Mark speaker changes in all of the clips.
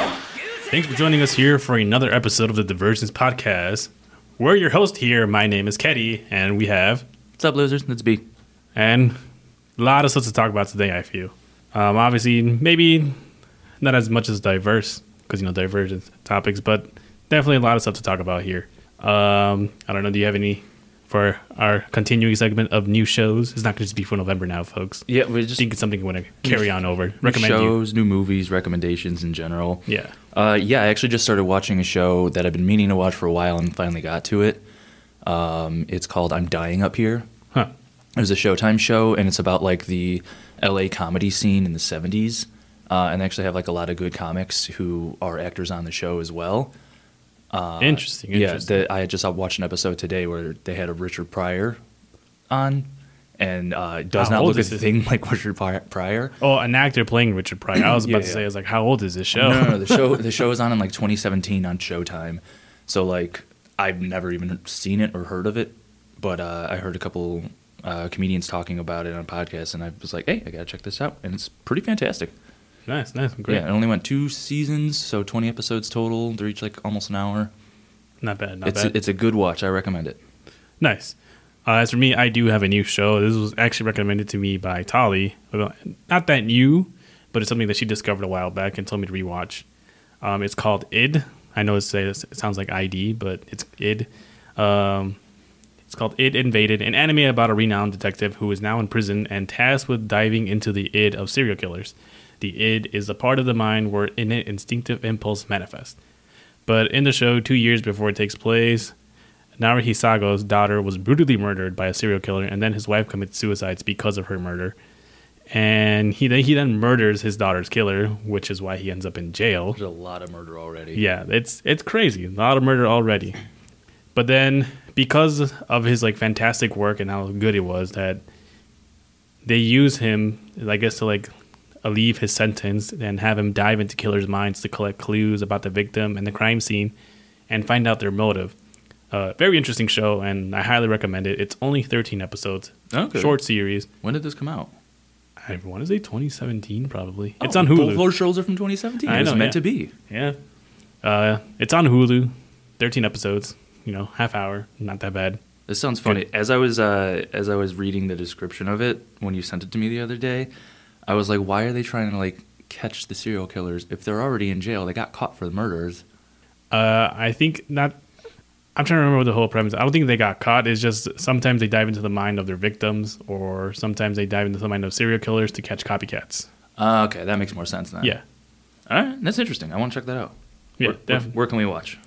Speaker 1: Thanks for joining us here for another episode of the Divergence Podcast. We're your host here. My name is Keddy, and we have
Speaker 2: What's up, losers? It's B.
Speaker 1: and a lot of stuff to talk about today. I feel um, obviously maybe not as much as diverse because you know divergent topics, but definitely a lot of stuff to talk about here. Um, I don't know. Do you have any for our continuing segment of new shows? It's not going to just be for November now, folks.
Speaker 2: Yeah, we just
Speaker 1: think it's something you want to carry on over. Recommend
Speaker 2: new
Speaker 1: you.
Speaker 2: shows, new movies, recommendations in general.
Speaker 1: Yeah.
Speaker 2: Uh, yeah, I actually just started watching a show that I've been meaning to watch for a while and finally got to it. Um, it's called I'm Dying Up Here.
Speaker 1: Huh.
Speaker 2: It was a Showtime show, and it's about like the LA comedy scene in the 70s. Uh, and they actually have like a lot of good comics who are actors on the show as well.
Speaker 1: interesting.
Speaker 2: Uh, Yeah,
Speaker 1: Interesting.
Speaker 2: the, I had just uh, watched an episode today where they had a Richard Pryor on, and uh, it does
Speaker 1: How
Speaker 2: not
Speaker 1: old
Speaker 2: look a
Speaker 1: is this?
Speaker 2: thing like Richard Pri- Pryor.
Speaker 1: oh, an actor playing Richard Pryor. I was about
Speaker 2: Yeah,
Speaker 1: to
Speaker 2: yeah.
Speaker 1: say, I was like, how old is this show?
Speaker 2: No, no, no. The show the show was on in like 2017 on Showtime. So like I've never even seen it or heard of it, but uh, I heard a couple uh, comedians talking about it on podcasts, and I was like, hey, I gotta check this out, and it's pretty fantastic.
Speaker 1: nice, nice, great.
Speaker 2: Yeah, it only went two seasons, so 20 episodes total. They're each like almost an hour.
Speaker 1: Not bad. Not
Speaker 2: it's
Speaker 1: bad.
Speaker 2: a, it's a good watch. I recommend it.
Speaker 1: Nice. Uh, as for me, I do have a new show. This was actually recommended to me by Tali. Well, Not that new, but it's something that she discovered a while back and told me to rewatch. Um, it's called ID. I know it says it sounds like ID, but it's ID. Um, it's called ID Invaded, an anime about a renowned detective who is now in prison and tasked with diving into the id of serial killers. The id is the part of the mind where innate instinctive impulse manifests. But in the show, two years before it takes place, Naruhi Sago's daughter was brutally murdered by a serial killer, and then his wife commits suicides because of her murder. And he then, he then murders his daughter's killer, which is why he ends up in jail.
Speaker 2: There's a lot of murder already.
Speaker 1: Yeah, it's it's crazy. A lot of murder already. But then because of his like fantastic work and how good it was that they use him I guess to like alleviate his sentence and have him dive into killers' minds to collect clues about the victim and the crime scene and find out their motive. Uh, very interesting show and I highly recommend it. It's only 13 episodes.
Speaker 2: Okay.
Speaker 1: Short series.
Speaker 2: When did this come out?
Speaker 1: I want to say 2017 probably. it's
Speaker 2: Oh,
Speaker 1: on Hulu.
Speaker 2: Both our shows are from 2017.
Speaker 1: I
Speaker 2: it was
Speaker 1: know,
Speaker 2: meant
Speaker 1: yeah.
Speaker 2: to be.
Speaker 1: Yeah. Uh, it's on Hulu. 13 episodes, you know, half hour, not that bad.
Speaker 2: This sounds funny. As I was uh, as I was reading the description of it when you sent it to me the other day, I was like, why are they trying to like catch the serial killers if they're already in jail? They got caught for the murders.
Speaker 1: Uh, I think not. I'm trying to remember the whole premise. I don't think they got caught. It's just sometimes they dive into the mind of their victims, or sometimes they dive into the mind of serial killers to catch copycats.
Speaker 2: Uh, okay, that makes more sense then.
Speaker 1: Yeah,
Speaker 2: All right, that's interesting. I want to check that out.
Speaker 1: yeah,
Speaker 2: Where- where,
Speaker 1: definitely.
Speaker 2: where can we watch?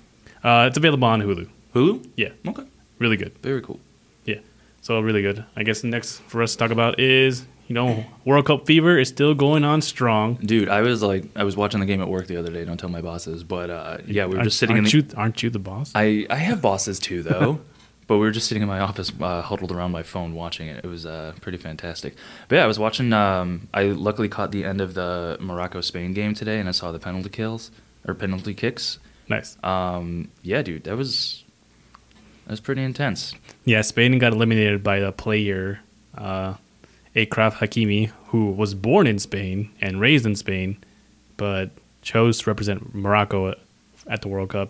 Speaker 1: Uh, it's available on Hulu.
Speaker 2: Hulu.
Speaker 1: Yeah,
Speaker 2: Okay,
Speaker 1: really good.
Speaker 2: very cool.
Speaker 1: Yeah, so really good. I guess the next for us to talk about is you know World Cup fever is still going on strong.
Speaker 2: Dude, I was like, I was watching the game at work the other day. Don't tell my bosses, but uh, yeah, we were
Speaker 1: Aren't-
Speaker 2: just sitting in
Speaker 1: aren't
Speaker 2: the.
Speaker 1: you, aren't you the boss?
Speaker 2: I, I have bosses too, though. but we were just sitting in my office, uh, huddled around my phone, watching it. It was uh, pretty fantastic. But yeah, I was watching. Um, I luckily caught the end of the Morocco Spain game today, and I saw the penalty kills or penalty kicks.
Speaker 1: nice.
Speaker 2: Um, yeah, dude, that was that was pretty intense.
Speaker 1: Yeah, Spain got eliminated by the player uh, Akraf Hakimi, who was born in Spain and raised in Spain, but chose to represent Morocco at the World Cup,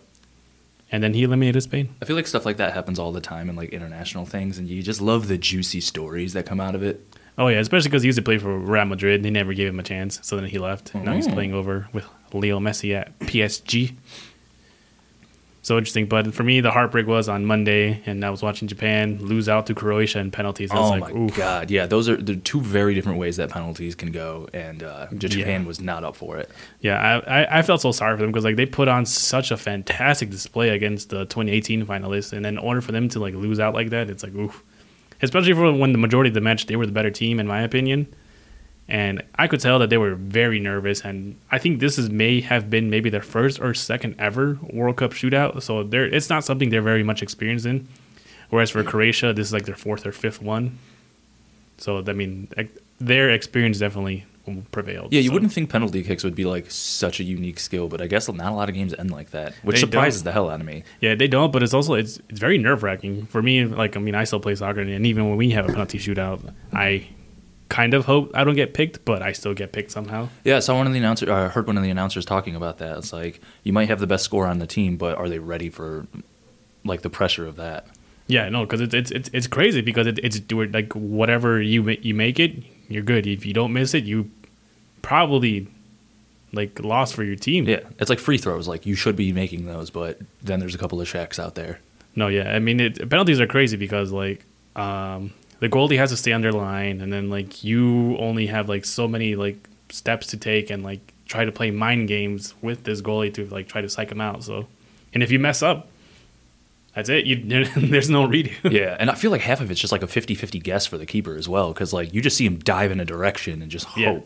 Speaker 1: and then he eliminated Spain.
Speaker 2: I feel like stuff like that happens all the time in like international things, and you just love the juicy stories that come out of it.
Speaker 1: Oh yeah, especially because he used to play for Real Madrid. They never gave him a chance, so then he left. Now he's
Speaker 2: Mm.
Speaker 1: playing over with Leo Messi at PSG. So interesting, but for me, the heartbreak was on Monday, and I was watching Japan lose out to Croatia in penalties. I was
Speaker 2: oh
Speaker 1: like,
Speaker 2: my
Speaker 1: oof.
Speaker 2: god, yeah, those are the two very different ways that penalties can go, and uh, Japan
Speaker 1: Yeah.
Speaker 2: was not up for it.
Speaker 1: Yeah, I, I, I felt so sorry for them because like they put on such a fantastic display against the 2018 finalists, and then in order for them to like lose out like that, it's like oof. Especially for when the majority of the match they were the better team in my opinion, and I could tell that they were very nervous. And I think this is may have been maybe their first or second ever World Cup shootout, so they're it's not something they're very much experienced in. Whereas for Croatia, this is like their fourth or fifth one. So I mean, like, their experience definitely prevailed.
Speaker 2: Yeah, you
Speaker 1: So-
Speaker 2: wouldn't think penalty kicks would be like such a unique skill, but I guess not a lot of games end like that, which
Speaker 1: They
Speaker 2: surprises
Speaker 1: don't.
Speaker 2: the hell out of me.
Speaker 1: Yeah, they don't, but it's also it's it's very nerve wracking for me. Like I mean, I still play soccer, and even when we have a penalty shootout, I kind of hope I don't get picked, but I still get picked somehow.
Speaker 2: Yeah, I saw one of the announcers. I heard one of the announcers talking about that. It's like you might have the best score on the team, but are they ready for like the pressure of that?
Speaker 1: Yeah, no, because it's it's it's it's crazy because it, it's do it like whatever you ma- you make it, you're good. If you don't miss it, you probably like lost for your team.
Speaker 2: Yeah, it's like free throws. Like you should be making those, but then there's a couple of shacks out there.
Speaker 1: No, yeah, I mean it, penalties are crazy because like um, the goalie has to stay on their line, and then like you only have like so many like steps to take and like try to play mind games with this goalie to like try to psych him out. So, and if you mess up, that's it. You there's no redo.
Speaker 2: Yeah, and I feel like half of it's just like a 50-50 guess for the keeper as well, because like you just see him dive in a direction and just hope.
Speaker 1: Yeah.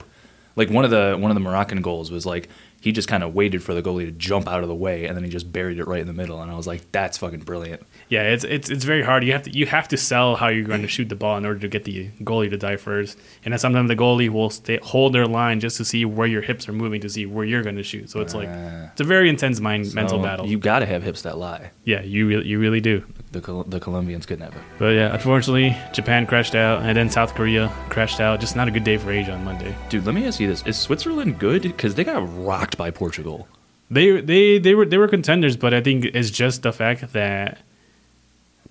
Speaker 2: Like one of the one of the Moroccan goals was like he just kind of waited for the goalie to jump out of the way, and then he just buried it right in the middle. And I was like, that's fucking brilliant.
Speaker 1: Yeah, it's it's it's very hard. You have to you have to sell how you're going to shoot the ball in order to get the goalie to dive first. And then sometimes the goalie will stay, hold their line just to see where your hips are moving to see where you're going to shoot. So it's like
Speaker 2: Ah.
Speaker 1: it's a very intense mind mental
Speaker 2: So
Speaker 1: battle.
Speaker 2: Um, You got to have hips that lie.
Speaker 1: yeah, you really, you really do.
Speaker 2: The Col- the Colombians could never.
Speaker 1: But yeah, unfortunately, Japan crashed out, and then South Korea crashed out. Just not a good day for Asia on Monday.
Speaker 2: Dude, let me ask you this: Is Switzerland good? Because they got rocked by Portugal.
Speaker 1: They they they were they were contenders, but I think it's just the fact that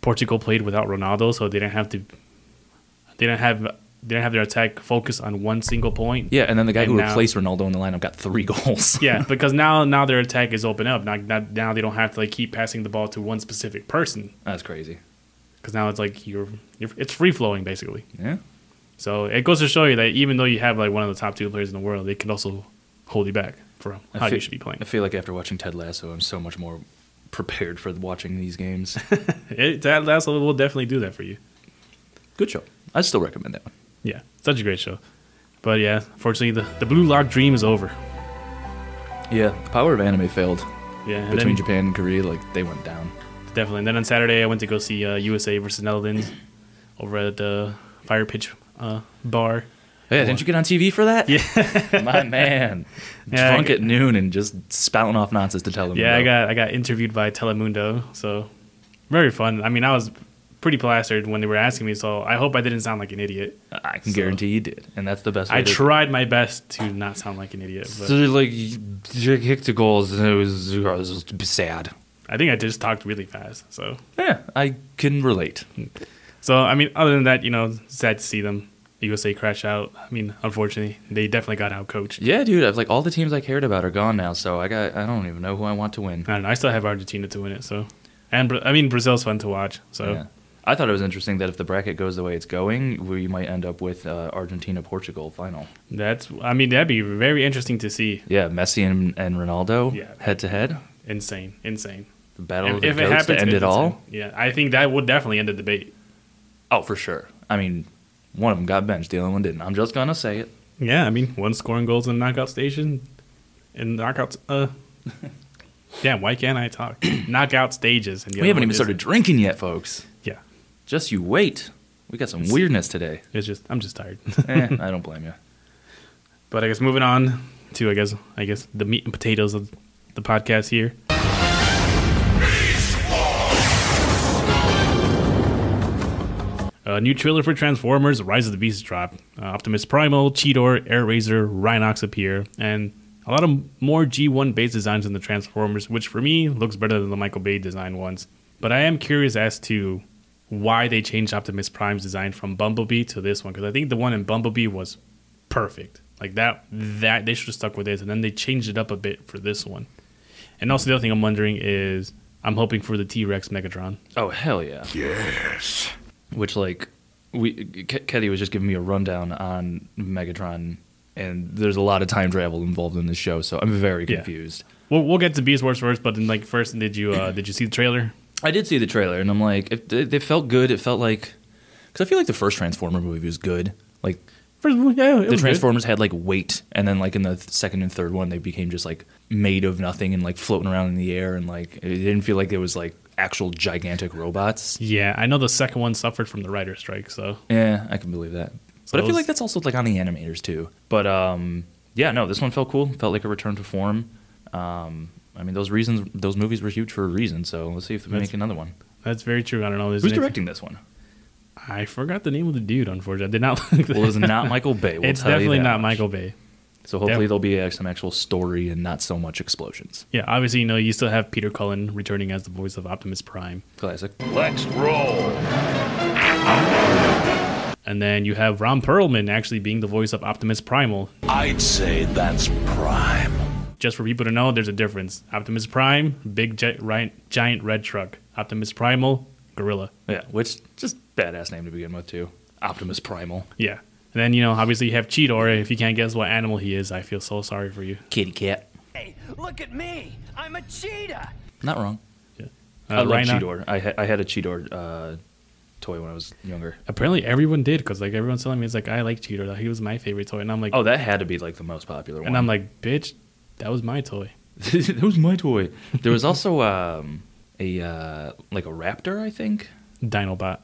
Speaker 1: Portugal played without Ronaldo, so they didn't have to. They didn't have they didn't have their attack focused on one single point.
Speaker 2: Yeah, and then the guy
Speaker 1: And
Speaker 2: who
Speaker 1: now-
Speaker 2: replaced Ronaldo in the lineup got three goals.
Speaker 1: Yeah, because now now their attack is open up. Now, now now they don't have to like keep passing the ball to one specific person
Speaker 2: that's crazy.
Speaker 1: because now it's like you're, you're it's free flowing basically.
Speaker 2: Yeah,
Speaker 1: So it goes to show you that even though you have like one of the top two players in the world, they can also hold you back from
Speaker 2: I
Speaker 1: how
Speaker 2: feel-
Speaker 1: you should be playing.
Speaker 2: I feel like after watching Ted Lasso, I'm so much more prepared for watching these games.
Speaker 1: It, that last level will definitely do that for you.
Speaker 2: Good show. I still recommend that one.
Speaker 1: Yeah, such a great show. But yeah, fortunately, the, the Blue Lock dream is over.
Speaker 2: Yeah, the power of anime failed
Speaker 1: Yeah, and
Speaker 2: between
Speaker 1: then,
Speaker 2: Japan and Korea. Like they went down.
Speaker 1: definitely. And then on Saturday, I went to go see uh, USA versus Netherlands over at the Fire Pitch uh, bar.
Speaker 2: Yeah, didn't you get on TV for that?
Speaker 1: Yeah.
Speaker 2: my man.
Speaker 1: Yeah, I
Speaker 2: Drunk
Speaker 1: g-
Speaker 2: at noon and just spouting off nonsense to tell them.
Speaker 1: Yeah, I got I got interviewed by Telemundo, so very fun. I mean, I was pretty plastered when they were asking me, so I hope I didn't sound like an idiot.
Speaker 2: I can
Speaker 1: So-
Speaker 2: guarantee you did, and that's the best. Way
Speaker 1: I
Speaker 2: to-
Speaker 1: tried my best to not sound like an idiot,
Speaker 2: So,
Speaker 1: but
Speaker 2: like you kicked the goals, and it was, it was sad.
Speaker 1: I think I just talked really fast. So,
Speaker 2: Yeah, I can relate.
Speaker 1: so I mean, other than that, you know, sad to see them USA crash out. I mean, unfortunately, they definitely got out coached.
Speaker 2: Yeah, dude. I was like, all the teams I cared about are gone now, so I got. I don't even know who I want to win.
Speaker 1: I don't know. I still have Argentina to win it, so and Bra- I mean, Brazil's fun to watch. So
Speaker 2: Yeah. I thought it was interesting that if the bracket goes the way it's going, we might end up with uh, Argentina Portugal final.
Speaker 1: that's I mean, that'd be very interesting to see.
Speaker 2: Yeah, Messi and, and
Speaker 1: Yeah.
Speaker 2: Ronaldo head to head,
Speaker 1: Insane, insane.
Speaker 2: the battle of the goats to end it
Speaker 1: it's
Speaker 2: all.
Speaker 1: insane. yeah, I think that would definitely end the debate.
Speaker 2: Oh, for sure. I mean, one of them got benched, the other one didn't. I'm just gonna say it.
Speaker 1: Yeah, I mean, one scoring goals in the knockout station, in knockouts. Uh, damn, why can't I talk? knockout stages, and the
Speaker 2: we
Speaker 1: other
Speaker 2: haven't
Speaker 1: one
Speaker 2: even
Speaker 1: is-
Speaker 2: started drinking yet, folks.
Speaker 1: Yeah,
Speaker 2: Just you wait. We got some weirdness today.
Speaker 1: it's just I'm just tired.
Speaker 2: eh, I don't blame you.
Speaker 1: but I guess moving on to I guess I guess the meat and potatoes of the podcast here. A new trailer for Transformers: Rise of the Beasts drop. Uh, Optimus Primal, Cheetor, Air Razor, Rhinox appear, and a lot of more G1 based designs in the Transformers, which for me looks better than the Michael Bay design ones. But I am curious as to why they changed Optimus Prime's design from Bumblebee to this one, because I think the one in Bumblebee was perfect. Like that, that they should have stuck with this, and then they changed it up a bit for this one. And also the other thing I'm wondering is, I'm hoping for the T Rex Megatron.
Speaker 2: Oh hell yeah! Yes. Which like we, K- Ketty was just giving me a rundown on Megatron, and there's a lot of time travel involved in this show, so I'm very
Speaker 1: Yeah.
Speaker 2: confused.
Speaker 1: We'll, we'll get to Beast Wars first, but then, like first, did you uh, did you see the trailer?
Speaker 2: I did see the trailer, and I'm like, if they, they felt good. It felt like because I feel like the first Transformer movie was good. Like
Speaker 1: First, of all, yeah, it
Speaker 2: the
Speaker 1: was good.
Speaker 2: Transformers had like weight, and then like in the th- second and third one, they became just like made of nothing and like floating around in the air, and like it didn't feel like it was like actual gigantic robots.
Speaker 1: Yeah, I know the second one suffered from the writer strike, so
Speaker 2: Yeah, I can believe that.
Speaker 1: So
Speaker 2: but I feel
Speaker 1: those-
Speaker 2: like that's also like on the animators too. But um, yeah, no, this one felt cool. Felt like a return to form. Um, I mean, those reasons, those movies were huge for a reason. So let's see if we
Speaker 1: That's-
Speaker 2: make another one.
Speaker 1: that's very true. I don't know.
Speaker 2: Who's directing this one?
Speaker 1: I forgot the name of the dude. Unfortunately, I did not look.
Speaker 2: Well, it's not Michael Bay. We'll
Speaker 1: it's
Speaker 2: tell you
Speaker 1: definitely
Speaker 2: that
Speaker 1: not
Speaker 2: much.
Speaker 1: Michael Bay.
Speaker 2: So hopefully
Speaker 1: Def-
Speaker 2: there'll be uh, some actual story and not so much explosions.
Speaker 1: Yeah, obviously, you know, you still have Peter Cullen returning as the voice of Optimus Prime,
Speaker 2: Classic.
Speaker 3: Let's roll.
Speaker 1: and then you have Ron Perlman actually being the voice of Optimus Primal.
Speaker 3: I'd say that's prime.
Speaker 1: Just for people to know, there's a difference. Optimus Prime, big gi- ri- giant red truck. Optimus Primal, gorilla.
Speaker 2: Yeah, which just badass name to begin with too. Optimus Primal.
Speaker 1: Yeah, and then you know, obviously, you have Cheetor. If you can't guess what animal he is, I feel so sorry for you.
Speaker 2: Kitty cat.
Speaker 4: Hey, look at me! I'm a cheetah!
Speaker 2: Not wrong.
Speaker 1: Uh,
Speaker 2: I love
Speaker 1: Rhino-
Speaker 2: Cheetor. I, ha- I had a Cheetor uh, toy when I was younger.
Speaker 1: Apparently, everyone did because like everyone's telling me it's like I like Cheetor. Like, he was my favorite toy, and I'm like,
Speaker 2: Oh, that had to be like the most popular one.
Speaker 1: and I'm like, bitch, that was my toy.
Speaker 2: that was my toy. There was also um, a uh, like a raptor, I think.
Speaker 1: Dinobot.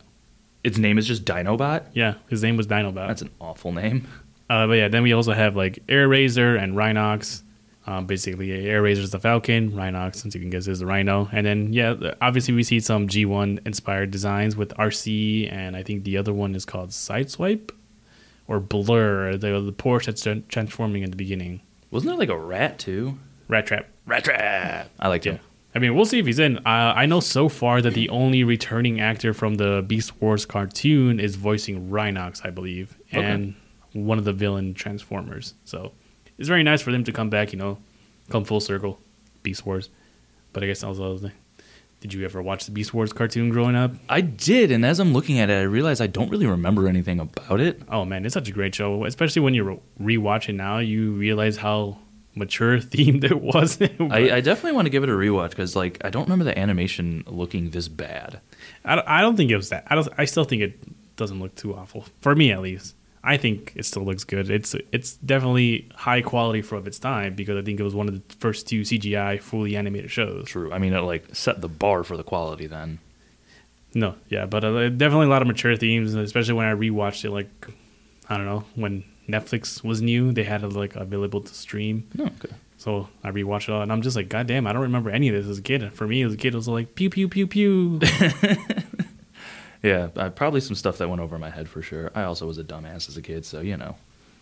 Speaker 2: Its name is just Dinobot.
Speaker 1: Yeah, his name was Dinobot.
Speaker 2: That's an awful name.
Speaker 1: Uh, but yeah, then we also have like Air Razor and Rhinox. Um, basically, Air Razor's the Falcon, Rhinox, since you can guess, is the Rhino. And then, yeah, th- obviously, we see some G1 inspired designs with RC, and I think the other one is called Sideswipe or Blur, the, the Porsche that's tran- transforming in the beginning.
Speaker 2: Wasn't there like a rat too?
Speaker 1: Rat Trap.
Speaker 2: Rat trap. I liked
Speaker 1: Yeah.
Speaker 2: him.
Speaker 1: I mean, we'll see if he's in. Uh, I know so far that the only returning actor from the Beast Wars cartoon is voicing Rhinox, I believe,
Speaker 2: Okay.
Speaker 1: and one of the villain Transformers. So it's very nice for them to come back, you know, come full circle, Beast Wars. But I guess also, did you ever watch the Beast Wars cartoon growing up?
Speaker 2: I did, and as I'm looking at it, I realize I don't really remember anything about it.
Speaker 1: Oh man, it's such a great show, especially when you re- rewatch it now. You realize how mature themed it was.
Speaker 2: I, I definitely want to give it a rewatch because, like, I don't remember the animation looking this bad.
Speaker 1: I don't, I don't think it was that. I don't. I still think it doesn't look too awful for me, at least. I think it still looks good. It's it's definitely high quality for of its time because I think it was one of the first two CGI fully animated shows.
Speaker 2: True. I mean, it like set the bar for the quality. Then
Speaker 1: No, yeah, but uh, definitely a lot of mature themes, and especially when I rewatched it. Like, I don't know when Netflix was new, they had it like available to stream.
Speaker 2: no, okay.
Speaker 1: So I rewatched it all, and I'm just like, God damn, I don't remember any of this as a kid. For me, as a kid, it was like pew pew pew pew.
Speaker 2: Yeah, uh, probably some stuff that went over my head for sure. I also was a dumbass as a kid, so you know,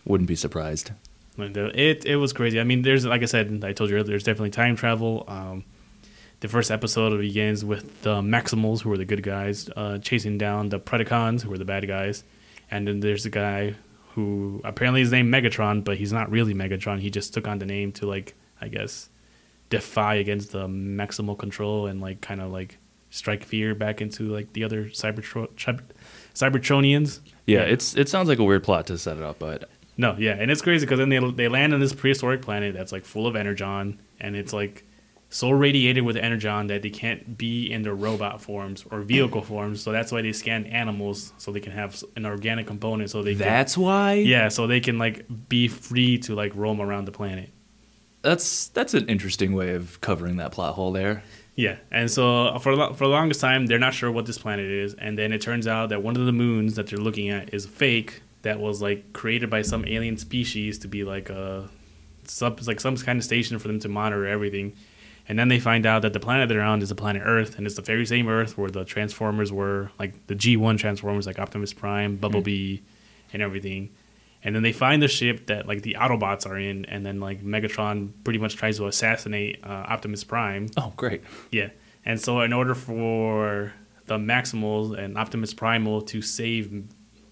Speaker 2: wouldn't be surprised.
Speaker 1: Like, the- It it was crazy. I mean, there's like I said, I told you earlier. There's definitely time travel. Um, the first episode begins with the Maximals, who are the good guys, uh, chasing down the Predacons, who are the bad guys, and then there's a guy who apparently is named Megatron, but he's not really Megatron. He just took on the name to like I guess defy against the maximal control and like kind of like strike fear back into like the other Cybertro- Cyber- Cybertronians.
Speaker 2: Yeah, it's it sounds like a weird plot to set it up, but
Speaker 1: No, yeah, and it's crazy because then they they land on this prehistoric planet that's like full of energon, and it's like so radiated with energon that they can't be in their robot forms or vehicle forms. So that's why they scan animals so they can have s- an organic component. So they
Speaker 2: that's why.
Speaker 1: can,
Speaker 2: Yeah,
Speaker 1: yeah, so they can like be free to like roam around the planet.
Speaker 2: that's that's an interesting way of covering that plot hole there.
Speaker 1: Yeah, and so for lo- for the longest time, they're not sure what this planet is, and then it turns out that one of the moons that they're looking at is fake. That was like created by some alien species to be like a sub, it's like some kind of station for them to monitor everything. And then they find out that the planet they're on is the planet Earth, and it's the very same Earth where the Transformers were, like the G1 Transformers, like Optimus Prime, Bumblebee, and everything. And then they find the ship that like the Autobots are in, and then like Megatron pretty much tries to assassinate uh, Optimus Prime.
Speaker 2: Oh, great.
Speaker 1: Yeah. And so, in order for the Maximals and Optimus Primal to save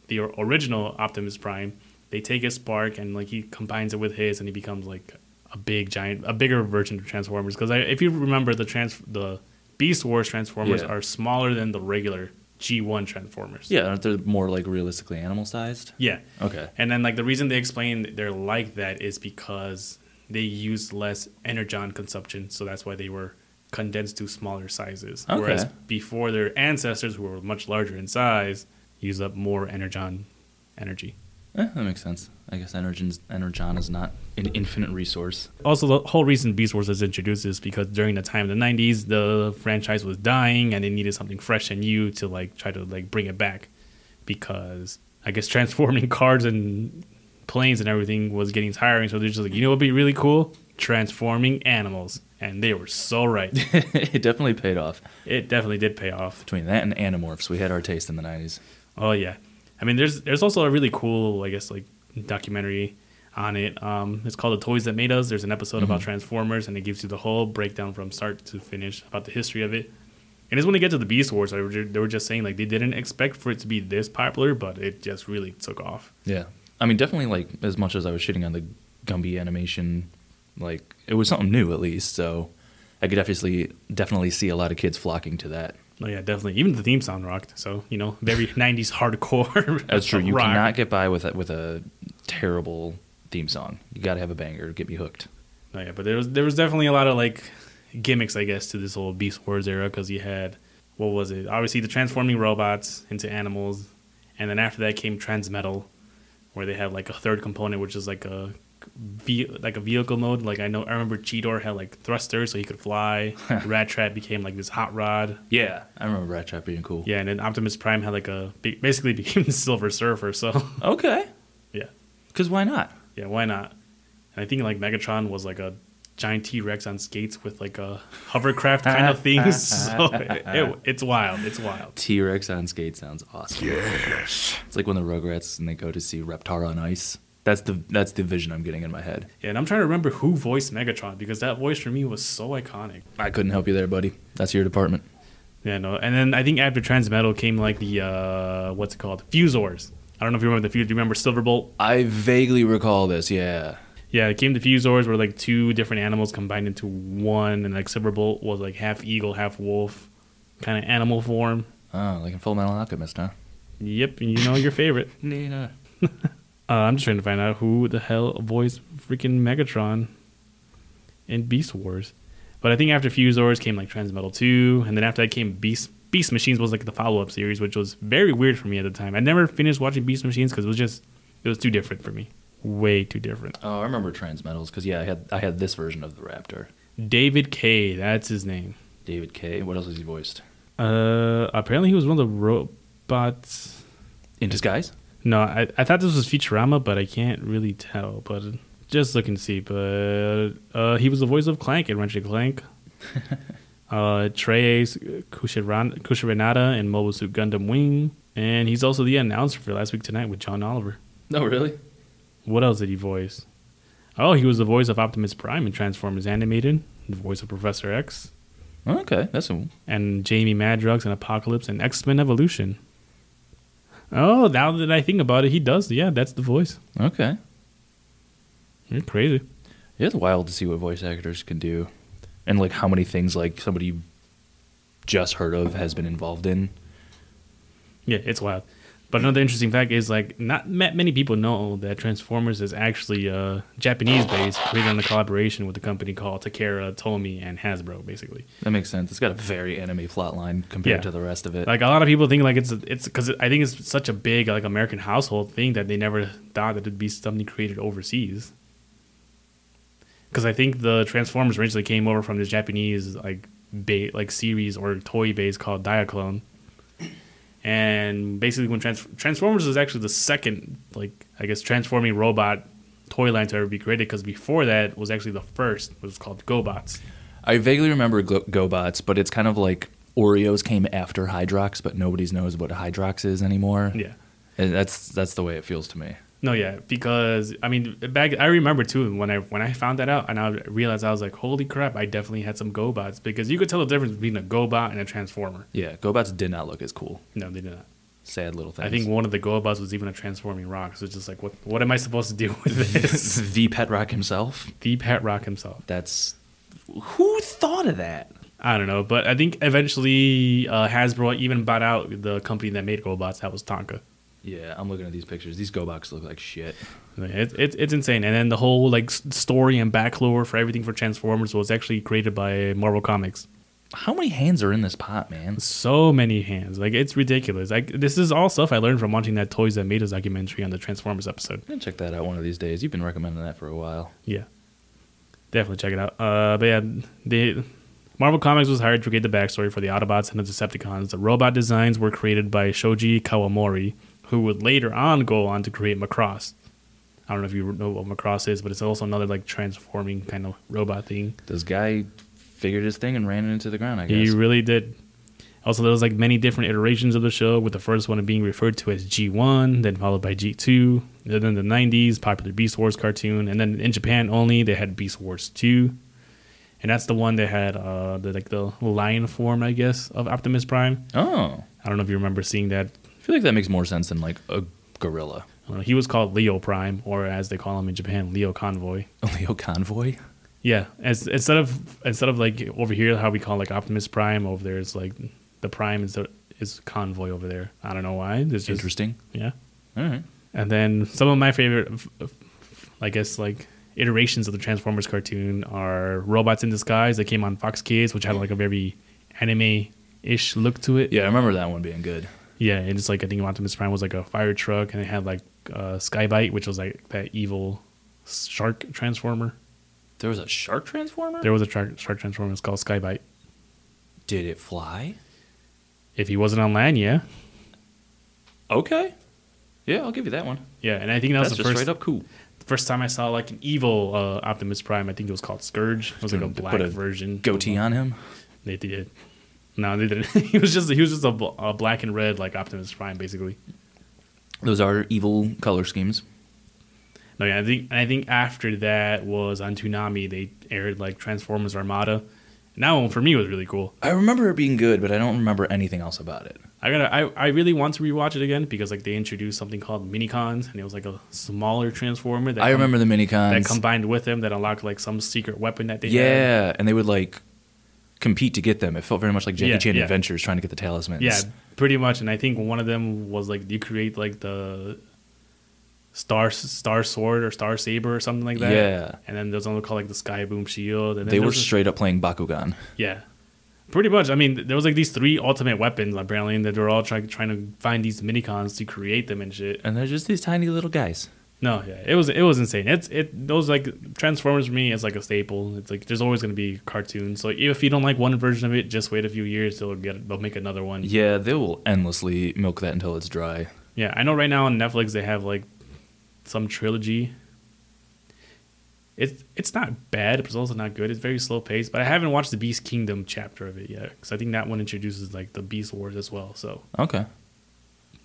Speaker 1: the or- original Optimus Prime, they take his spark and like he combines it with his, and he becomes like a big giant, a bigger version of Transformers. Because if you remember, the trans the Beast Wars Transformers
Speaker 2: Yeah.
Speaker 1: are smaller than the regular G1 Transformers.
Speaker 2: Yeah, aren't they more like realistically animal sized?
Speaker 1: Yeah.
Speaker 2: Okay.
Speaker 1: And then like the reason they explain they're like that is because they use less energon consumption, so that's why they were condensed to smaller sizes.
Speaker 2: Okay.
Speaker 1: Whereas before their ancestors, who were much larger in size, used up more energon energy.
Speaker 2: Eh, that makes sense. I guess energon energon is not an infinite resource.
Speaker 1: Also, the whole reason Beast Wars was introduced is because during the time of the '90s, the franchise was dying, and they needed something fresh and new to like try to like bring it back. Because I guess transforming cars and planes and everything was getting tiring, so they're just like, you know, what'd be really cool? Transforming animals, and they were so right.
Speaker 2: it definitely paid off.
Speaker 1: it definitely did pay off.
Speaker 2: Between that and Animorphs, we had our taste in the '90s.
Speaker 1: Oh yeah, I mean, there's there's also a really cool, I guess, like documentary on it. Um, it's called "The Toys That Made Us." There's an episode
Speaker 2: Mm-hmm.
Speaker 1: about Transformers, and it gives you the whole breakdown from start to finish about the history of it. And it's when they get to the Beast Wars, they were ju- they were just saying like they didn't expect for it to be this popular, but it just really took off.
Speaker 2: Yeah. I mean, definitely, like, as much as I was shitting on the Gumby animation, like, it was something new, at least. So I could obviously definitely see a lot of kids flocking to that.
Speaker 1: Oh yeah, definitely. Even the theme sound rocked. So you know, very '90s hardcore.
Speaker 2: That's true. You
Speaker 1: rock.
Speaker 2: cannot get by with a, with a terrible theme song. You got to have a banger to get me hooked.
Speaker 1: Oh, yeah, but there was there was definitely a lot of like gimmicks, I guess, to this whole Beast Wars era because you had what was it? Obviously, the transforming robots into animals, and then after that came Transmetal, where they had like a third component, which is like a ve- like a vehicle mode. Like I know, I remember Cheetor had like thrusters, so he could fly. Rat Trap became like this hot rod.
Speaker 2: Yeah. I remember Rat Trap being cool.
Speaker 1: Yeah, and then Optimus Prime had like a ba- basically became the Silver Surfer. So
Speaker 2: Okay.
Speaker 1: yeah,
Speaker 2: Because why not?
Speaker 1: yeah, why not? And I think like Megatron was like a giant T Rex on skates with like a hovercraft kind of thing. So it, it- it's wild. It's wild.
Speaker 2: T Rex on skate sounds awesome. Yes. It's like when the Rugrats and they go to see Reptar on ice. That's the that's the vision I'm getting in my head.
Speaker 1: Yeah, and I'm trying to remember who voiced Megatron because that voice for me was so iconic.
Speaker 2: I couldn't help you there, buddy. That's your department.
Speaker 1: Yeah, no. And then I think after Transmetal came like the uh, what's it called? Fusors. I don't know if you remember the Fuse. Do you remember Silverbolt?
Speaker 2: I vaguely recall this. Yeah.
Speaker 1: Yeah, it came the Fusors were like two different animals combined into one, and like Silverbolt was like half eagle, half wolf, kind of animal form.
Speaker 2: Oh, like in Full Metal Alchemist, huh?
Speaker 1: Yep, and you know your favorite.
Speaker 2: Nina.
Speaker 1: Uh, I'm just trying to find out who the hell voiced freaking Megatron in Beast Wars. But I think after Fusors came like Transmetal 2, and then after that came Beast Beast Machines was like the follow up series, which was very weird for me at the time. I never finished watching Beast Machines because it was just it was too different for me, way too different.
Speaker 2: Oh, I remember Transmetals because yeah, I had I had this version of the Raptor.
Speaker 1: David K, that's his name.
Speaker 2: David K. What else has he voiced?
Speaker 1: Uh, apparently he was one of the robots.
Speaker 2: In disguise.
Speaker 1: No, I I thought this was Futurama, but I can't really tell. But just looking to see. But uh, he was the voice of Clank in Ratchet and Clank. uh, Trey's Kushiran- Kushiranada in Mobile Suit Gundam Wing, and he's also the announcer for Last Week Tonight with John Oliver.
Speaker 2: No, really.
Speaker 1: What else did he voice? Oh, he was the voice of Optimus Prime in Transformers Animated, the voice of Professor X,
Speaker 2: Okay, that's a
Speaker 1: and Jamie Madrox in Apocalypse and X Men Evolution. Oh, now that I think about it, he does. Yeah, that's the voice.
Speaker 2: okay.
Speaker 1: You're crazy.
Speaker 2: It's wild to see what voice actors can do, and like how many things like somebody you've just heard of has been involved in.
Speaker 1: Yeah, it's wild. But another interesting fact is like not ma- many people know that Transformers is actually uh, Japanese based, created on a collaboration with a company called Takara, Tomy, and Hasbro, basically.
Speaker 2: That makes sense. It's got a very anime plotline compared
Speaker 1: Yeah.
Speaker 2: to the rest of it.
Speaker 1: Like a lot of people think like it's it's because I think it's such a big like American household thing that they never thought that it'd be something created overseas. Because I think the Transformers originally came over from this Japanese like ba- like series or toy base called Diaclone, and basically when Trans- Transformers was actually the second like I guess transforming robot toy line to ever be created because before that was actually the first was called GoBots.
Speaker 2: I vaguely remember Glo- GoBots, but it's kind of like Oreos came after Hydrox, but nobody knows what Hydrox is anymore.
Speaker 1: Yeah.
Speaker 2: And that's that's the way it feels to me.
Speaker 1: No, yeah, because I mean, back I remember too when I when I found that out and I realized I was like, holy crap, I definitely had some GoBots because you could tell the difference between a GoBot and a Transformer.
Speaker 2: Yeah, GoBots did not look as cool.
Speaker 1: No, they did not.
Speaker 2: Sad little thing.
Speaker 1: I think one of the GoBots was even a transforming rock. So it's just like, what what am I supposed to do with this?
Speaker 2: the Pet Rock himself.
Speaker 1: the Pat Rock himself.
Speaker 2: That's who thought of that.
Speaker 1: I don't know, but I think eventually uh, Hasbro even bought out the company that made GoBots. That was Tonka.
Speaker 2: Yeah, I'm looking at these pictures. These GoBots look like shit.
Speaker 1: Like, It's it's it's insane, and then the whole like s- story and back lore for everything for Transformers was actually created by Marvel Comics.
Speaker 2: How many hands are in this pot, man?
Speaker 1: so many hands. Like it's ridiculous. Like this is all stuff I learned from watching that Toys That Made Us documentary on the Transformers episode.
Speaker 2: I'm gonna check that out one of these days. You've been recommending that for a while.
Speaker 1: Yeah, definitely check it out. Uh, but yeah, the Marvel Comics was hired to create the backstory for the Autobots and the Decepticons. The robot designs were created by Shoji Kawamori, who would later on go on to create Macross. I don't know if you know what Macross is, but it's also another like transforming kind of robot thing.
Speaker 2: This guy figured his thing and ran it into the ground. I guess.
Speaker 1: He really did. Also, there was like many different iterations of the show, with the first one being referred to as G1, then followed by G2, and then the 90s popular Beast Wars cartoon, and then in Japan only they had Beast Wars 2, and that's the one that had uh, the like the lion form, I guess, of Optimus Prime.
Speaker 2: Oh,
Speaker 1: I don't know if you remember seeing that.
Speaker 2: I feel like that makes more sense than like a gorilla.
Speaker 1: I don't know. He was called Leo Prime, or as they call him in Japan, Leo Convoy.
Speaker 2: A Leo convoy.
Speaker 1: Yeah, as, instead of instead of like over here how we call like Optimus Prime over there is like the Prime is the, is convoy over there. I don't know why. It's just,
Speaker 2: Interesting.
Speaker 1: Yeah,
Speaker 2: All right.
Speaker 1: and then some of my favorite, f- f- I guess like iterations of the Transformers cartoon are Robots in Disguise that came on Fox Kids, which had like a very anime ish look to it.
Speaker 2: Yeah, I remember that one being good.
Speaker 1: Yeah, and it's like I think Optimus Prime was like a fire truck, and it had like uh, Skybite, which was like that evil shark transformer.
Speaker 2: There was a shark transformer.
Speaker 1: There was a shark, shark transformer. It's called Skybite.
Speaker 2: Did it fly?
Speaker 1: If he wasn't on land, yeah,
Speaker 2: Okay. Yeah, I'll give you that one.
Speaker 1: yeah, and I think that
Speaker 2: That's
Speaker 1: was the
Speaker 2: just
Speaker 1: first
Speaker 2: straight up cool.
Speaker 1: first time I saw like an evil uh, Optimus Prime. I think it was called Scourge. It was like a
Speaker 2: Put
Speaker 1: black
Speaker 2: a
Speaker 1: version.
Speaker 2: Goatee on him.
Speaker 1: They did. No, they didn't. he was just he was just a, bl- a black and red like Optimus Prime basically.
Speaker 2: Those are evil color schemes.
Speaker 1: No, yeah, I think and I think after that was on Toonami they aired like Transformers Armada. And that one for me was really cool.
Speaker 2: I remember it being good, but I don't remember anything else about it.
Speaker 1: I gotta I, I really want to rewatch it again because like they introduced something called Minicons and it was like a smaller Transformer that
Speaker 2: I
Speaker 1: com-
Speaker 2: remember the mini
Speaker 1: that
Speaker 2: cons.
Speaker 1: combined with them that unlocked like some secret weapon that they had.
Speaker 2: yeah, and they would like compete to get them. It felt very much like Jackie
Speaker 1: Yeah,
Speaker 2: Chan
Speaker 1: yeah.
Speaker 2: Adventures trying to get the talismans.
Speaker 1: Yeah, pretty much. And I think one of them was like you create like the star star sword or star saber or something like that.
Speaker 2: Yeah.
Speaker 1: And then there's another called like the sky boom shield. And then
Speaker 2: they
Speaker 1: there
Speaker 2: were
Speaker 1: was a-
Speaker 2: straight up playing Bakugan.
Speaker 1: yeah. Pretty much. I mean, there was like these three ultimate weapons apparently, and that they're all trying trying to find these minicons to create them and shit.
Speaker 2: And they're just these tiny little guys.
Speaker 1: No, yeah, it was it was insane. It's it those like Transformers for me is like a staple. It's like there's always gonna be cartoons. So if you don't like one version of it, just wait a few years. They'll get they'll make another one.
Speaker 2: Yeah, they will endlessly milk that until it's dry.
Speaker 1: Yeah, I know right now on Netflix they have like some trilogy. It's it's not bad, but it's also not good. It's very slow paced. But I haven't watched the Beast Kingdom chapter of it yet because I think that one introduces like the Beast Wars as well. So
Speaker 2: Okay.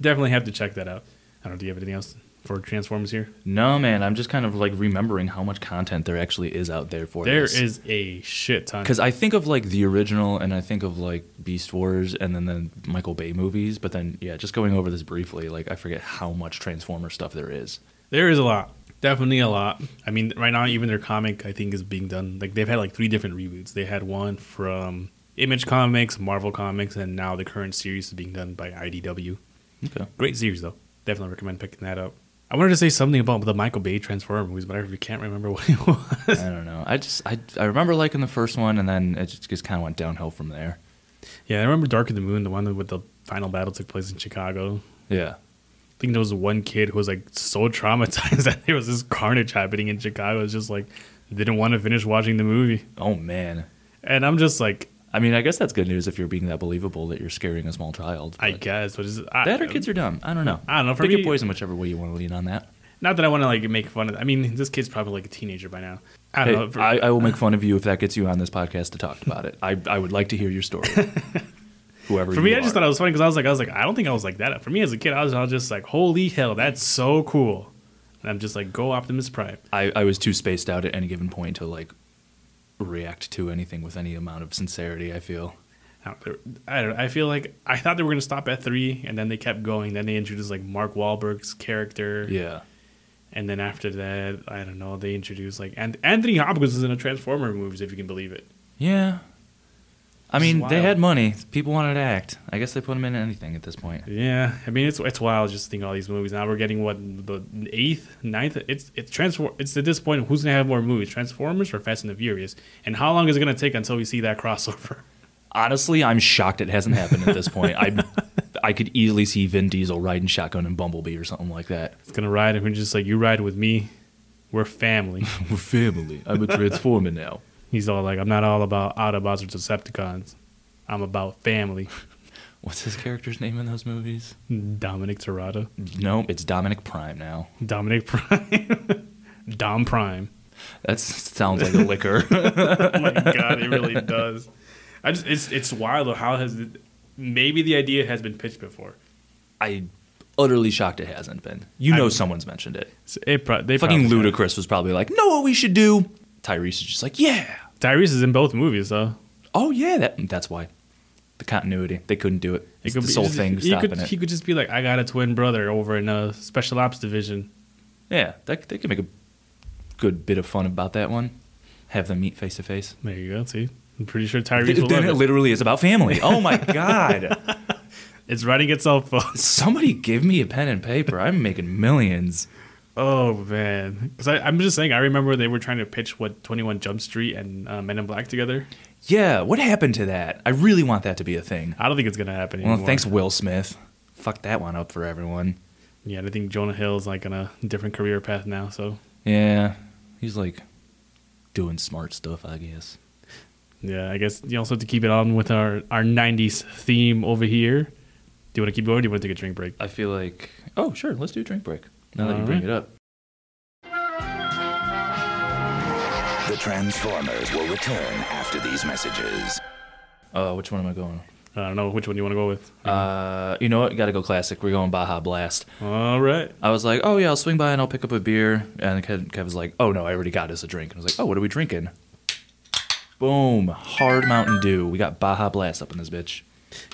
Speaker 1: definitely have to check that out. I don't know. Do you have anything else for Transformers here?
Speaker 2: No, man, I'm just kind of like remembering how much content there actually is out there for
Speaker 1: There
Speaker 2: this.
Speaker 1: is a shit ton.
Speaker 2: Because I think of like the original, and I think of like Beast Wars, and then the Michael Bay movies. But then, yeah, just going over this briefly, like I forget how much Transformer stuff there is.
Speaker 1: There is a lot. Definitely a lot. I mean, right now, even their comic, I think, is being done. Like, they've had like three different reboots. They had one from Image Comics, Marvel Comics, and now the current series is being done by IDW.
Speaker 2: Okay.
Speaker 1: Great series, though. Definitely recommend picking that up. I wanted to say something about the Michael Bay Transformer movies, but I can't remember what it
Speaker 2: I
Speaker 1: was.
Speaker 2: don't know. I just I I remember liking the first one, and then it just, just kind of went downhill from there.
Speaker 1: yeah, I remember Dark of the Moon, the one with the final battle took place in Chicago.
Speaker 2: Yeah.
Speaker 1: I think there was one kid who was like so traumatized that there was this carnage happening in Chicago. It's just like, didn't want to finish watching the movie.
Speaker 2: Oh man.
Speaker 1: And I'm just like,
Speaker 2: I mean, I guess that's good news if you're being that believable that you're scaring a small child.
Speaker 1: I
Speaker 2: but-
Speaker 1: guess, but is I,
Speaker 2: That or kids are dumb. I don't know.
Speaker 1: I don't know, for
Speaker 2: Pick
Speaker 1: me-
Speaker 2: your poison whichever way you want to lean on that.
Speaker 1: not that I want to like make fun of. I mean, this kid's probably like a teenager by now. I don't
Speaker 2: Hey,
Speaker 1: know. for-
Speaker 2: I, I will make fun of you if that gets you on this podcast to talk about it. I, I would like to hear your story. Whoever
Speaker 1: for me,
Speaker 2: you
Speaker 1: I just
Speaker 2: are.
Speaker 1: thought it was funny because I was like, I was like, I don't think I was like that. For me as a kid, I was, I was just like, holy hell, that's so cool. And I'm just like, go Optimus Prime.
Speaker 2: I, I was too spaced out at any given point to like react to anything with any amount of sincerity. I feel
Speaker 1: I don't, I don't. I feel like I thought they were gonna stop at three, and then they kept going. Then they introduced like Mark Wahlberg's character,
Speaker 2: yeah,
Speaker 1: and then after that, I don't know. They introduced like and Anthony Hopkins is in a Transformer movies, if you can believe it.
Speaker 2: yeah. I
Speaker 1: This is
Speaker 2: mean, they
Speaker 1: wild.
Speaker 2: had money. People wanted to act. I guess they put them in anything at this point.
Speaker 1: Yeah, I mean it's it's wild just think all these movies. Now we're getting what the eighth, ninth. It's it's transform. It's at this point who's gonna have more movies, Transformers or Fast and the Furious? And how long is it gonna take until we see that crossover?
Speaker 2: Honestly, I'm shocked it hasn't happened at this point. I I could easily see Vin Diesel riding shotgun in Bumblebee or something like that.
Speaker 1: It's gonna ride, and we're just like you ride with me, we're family.
Speaker 2: We're family. I'm a transformer now.
Speaker 1: He's all like, I'm not all about Autobots or Decepticons, I'm about family.
Speaker 2: What's his character's name in those movies?
Speaker 1: Dominic Torado,
Speaker 2: No, it's Dominic Prime now.
Speaker 1: Dominic Prime, Dom Prime.
Speaker 2: That sounds like a liquor.
Speaker 1: oh my god, it really does. I just it's it's wild how has it, maybe the idea has been pitched before.
Speaker 2: I utterly shocked it hasn't been. You know,
Speaker 1: I'm-
Speaker 2: someone's mentioned it.
Speaker 1: So it pro- they
Speaker 2: Fucking
Speaker 1: probably-
Speaker 2: Ludacris was probably like, "Know what we should do?" Tyrese is just like, "Yeah,
Speaker 1: Tyrese is in both movies, though.
Speaker 2: oh yeah." That, that's why the continuity they couldn't do it. It's this whole
Speaker 1: just-
Speaker 2: thing
Speaker 1: he
Speaker 2: stopping
Speaker 1: could,
Speaker 2: it.
Speaker 1: He could just be like, I got a twin brother over in a special ops division.
Speaker 2: yeah, that, they could make a good bit of fun about that one. Have them meet face to face.
Speaker 1: There you go. See, I'm pretty sure Tyrese will
Speaker 2: Then
Speaker 1: love
Speaker 2: it
Speaker 1: it.
Speaker 2: literally is about family. Oh my god.
Speaker 1: It's writing itself. Folks.
Speaker 2: Somebody give me a pen and paper. I'm making millions.
Speaker 1: Oh man, because I'm just saying. I remember they were trying to pitch what 21 Jump Street and uh, Men in Black together.
Speaker 2: Yeah, what happened to that? I really want that to be a thing.
Speaker 1: I don't think it's gonna happen.
Speaker 2: Well,
Speaker 1: anymore.
Speaker 2: thanks, Will Smith. Fuck that one up for everyone.
Speaker 1: Yeah, and I think Jonah Hill's like on a different career path now. So
Speaker 2: Yeah, he's like doing smart stuff, I guess.
Speaker 1: yeah, I guess you also have to keep it on with our our 90s theme over here. Do you want to keep going? Or do you want to take a drink break?
Speaker 2: I feel like, oh, sure, let's do a drink break. Now that you
Speaker 1: All
Speaker 2: bring
Speaker 1: right.
Speaker 2: it up.
Speaker 3: The Transformers will return after these messages.
Speaker 2: Uh, which one am I going?
Speaker 1: I don't know which one you want to go with.
Speaker 2: Uh, you know what? Gotta go classic. We're going Baja Blast.
Speaker 1: All right.
Speaker 2: I was like, oh, yeah, I'll swing by and I'll pick up a beer. And Kev, Kev was like, oh, no, I already got us a drink. And I was like, oh, what are we drinking? Boom. Hard Mountain Dew. We got Baja Blast up in this bitch.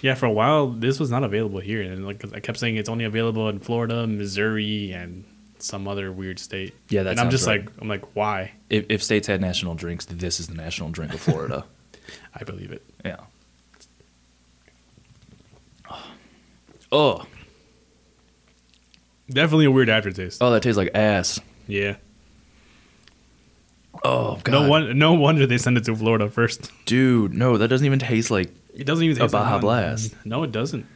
Speaker 1: Yeah, for a while this was not available here, and like 'cause I kept saying, it's only available in Florida, Missouri, and some other weird state.
Speaker 2: Yeah, that
Speaker 1: and I'm
Speaker 2: sounds
Speaker 1: just
Speaker 2: right.
Speaker 1: like, I'm like, why?
Speaker 2: If, if states had national drinks, this is the national drink of Florida.
Speaker 1: I believe it.
Speaker 2: yeah. Oh,
Speaker 1: Definitely a weird aftertaste.
Speaker 2: oh, that tastes like ass.
Speaker 1: Yeah.
Speaker 2: Oh god,
Speaker 1: No one. No wonder they send it to Florida first.
Speaker 2: dude, no, that doesn't even taste like.
Speaker 1: It doesn't even
Speaker 2: A
Speaker 1: taste like
Speaker 2: Baja
Speaker 1: mountain-
Speaker 2: Blast.
Speaker 1: No, it doesn't.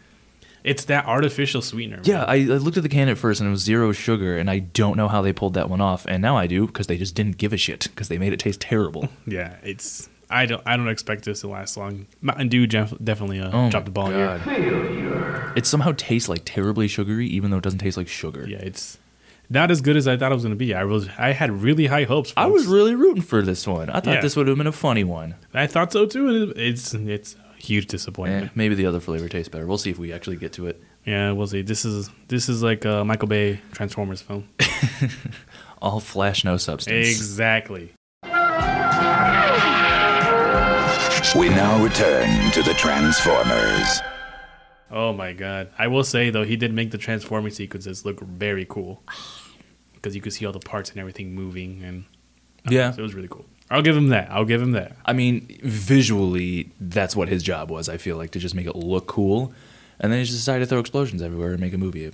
Speaker 1: It's that artificial sweetener.
Speaker 2: Yeah,
Speaker 1: man.
Speaker 2: I, I looked at the can at first and it was zero sugar, and I don't know how they pulled that one off, and now I do because they just didn't give a shit because they made it taste terrible.
Speaker 1: yeah. It's. I don't. I don't expect this to last long. Mountain Dew def- definitely uh,
Speaker 2: Oh
Speaker 1: dropped the ball
Speaker 2: my
Speaker 1: here.
Speaker 2: god, it somehow tastes like terribly sugary, even though it doesn't taste like sugar.
Speaker 1: Yeah, it's not as good as I thought it was going to be. I was. I had really high hopes.
Speaker 2: I
Speaker 1: folks.
Speaker 2: was really rooting for this one. I thought
Speaker 1: Yeah.
Speaker 2: this would have been a funny one.
Speaker 1: I thought so too. and it- It's it's a huge
Speaker 2: Eh,
Speaker 1: disappointment.
Speaker 2: maybe the other flavor tastes better. We'll see if we actually get to it.
Speaker 1: Yeah, we'll see. This is this is like a Michael Bay Transformers film.
Speaker 2: All flash, no substance.
Speaker 1: exactly.
Speaker 3: We now return to the Transformers.
Speaker 1: Oh my god! I will say though, he did make the transforming sequences look very cool because you could see all the parts and everything moving, and
Speaker 2: Yeah.
Speaker 1: so it was really cool. I'll give him that. I'll give him that.
Speaker 2: I mean, visually, that's what his job was, I feel like, to just make it look cool. And then he just decided to throw explosions everywhere and make a movie.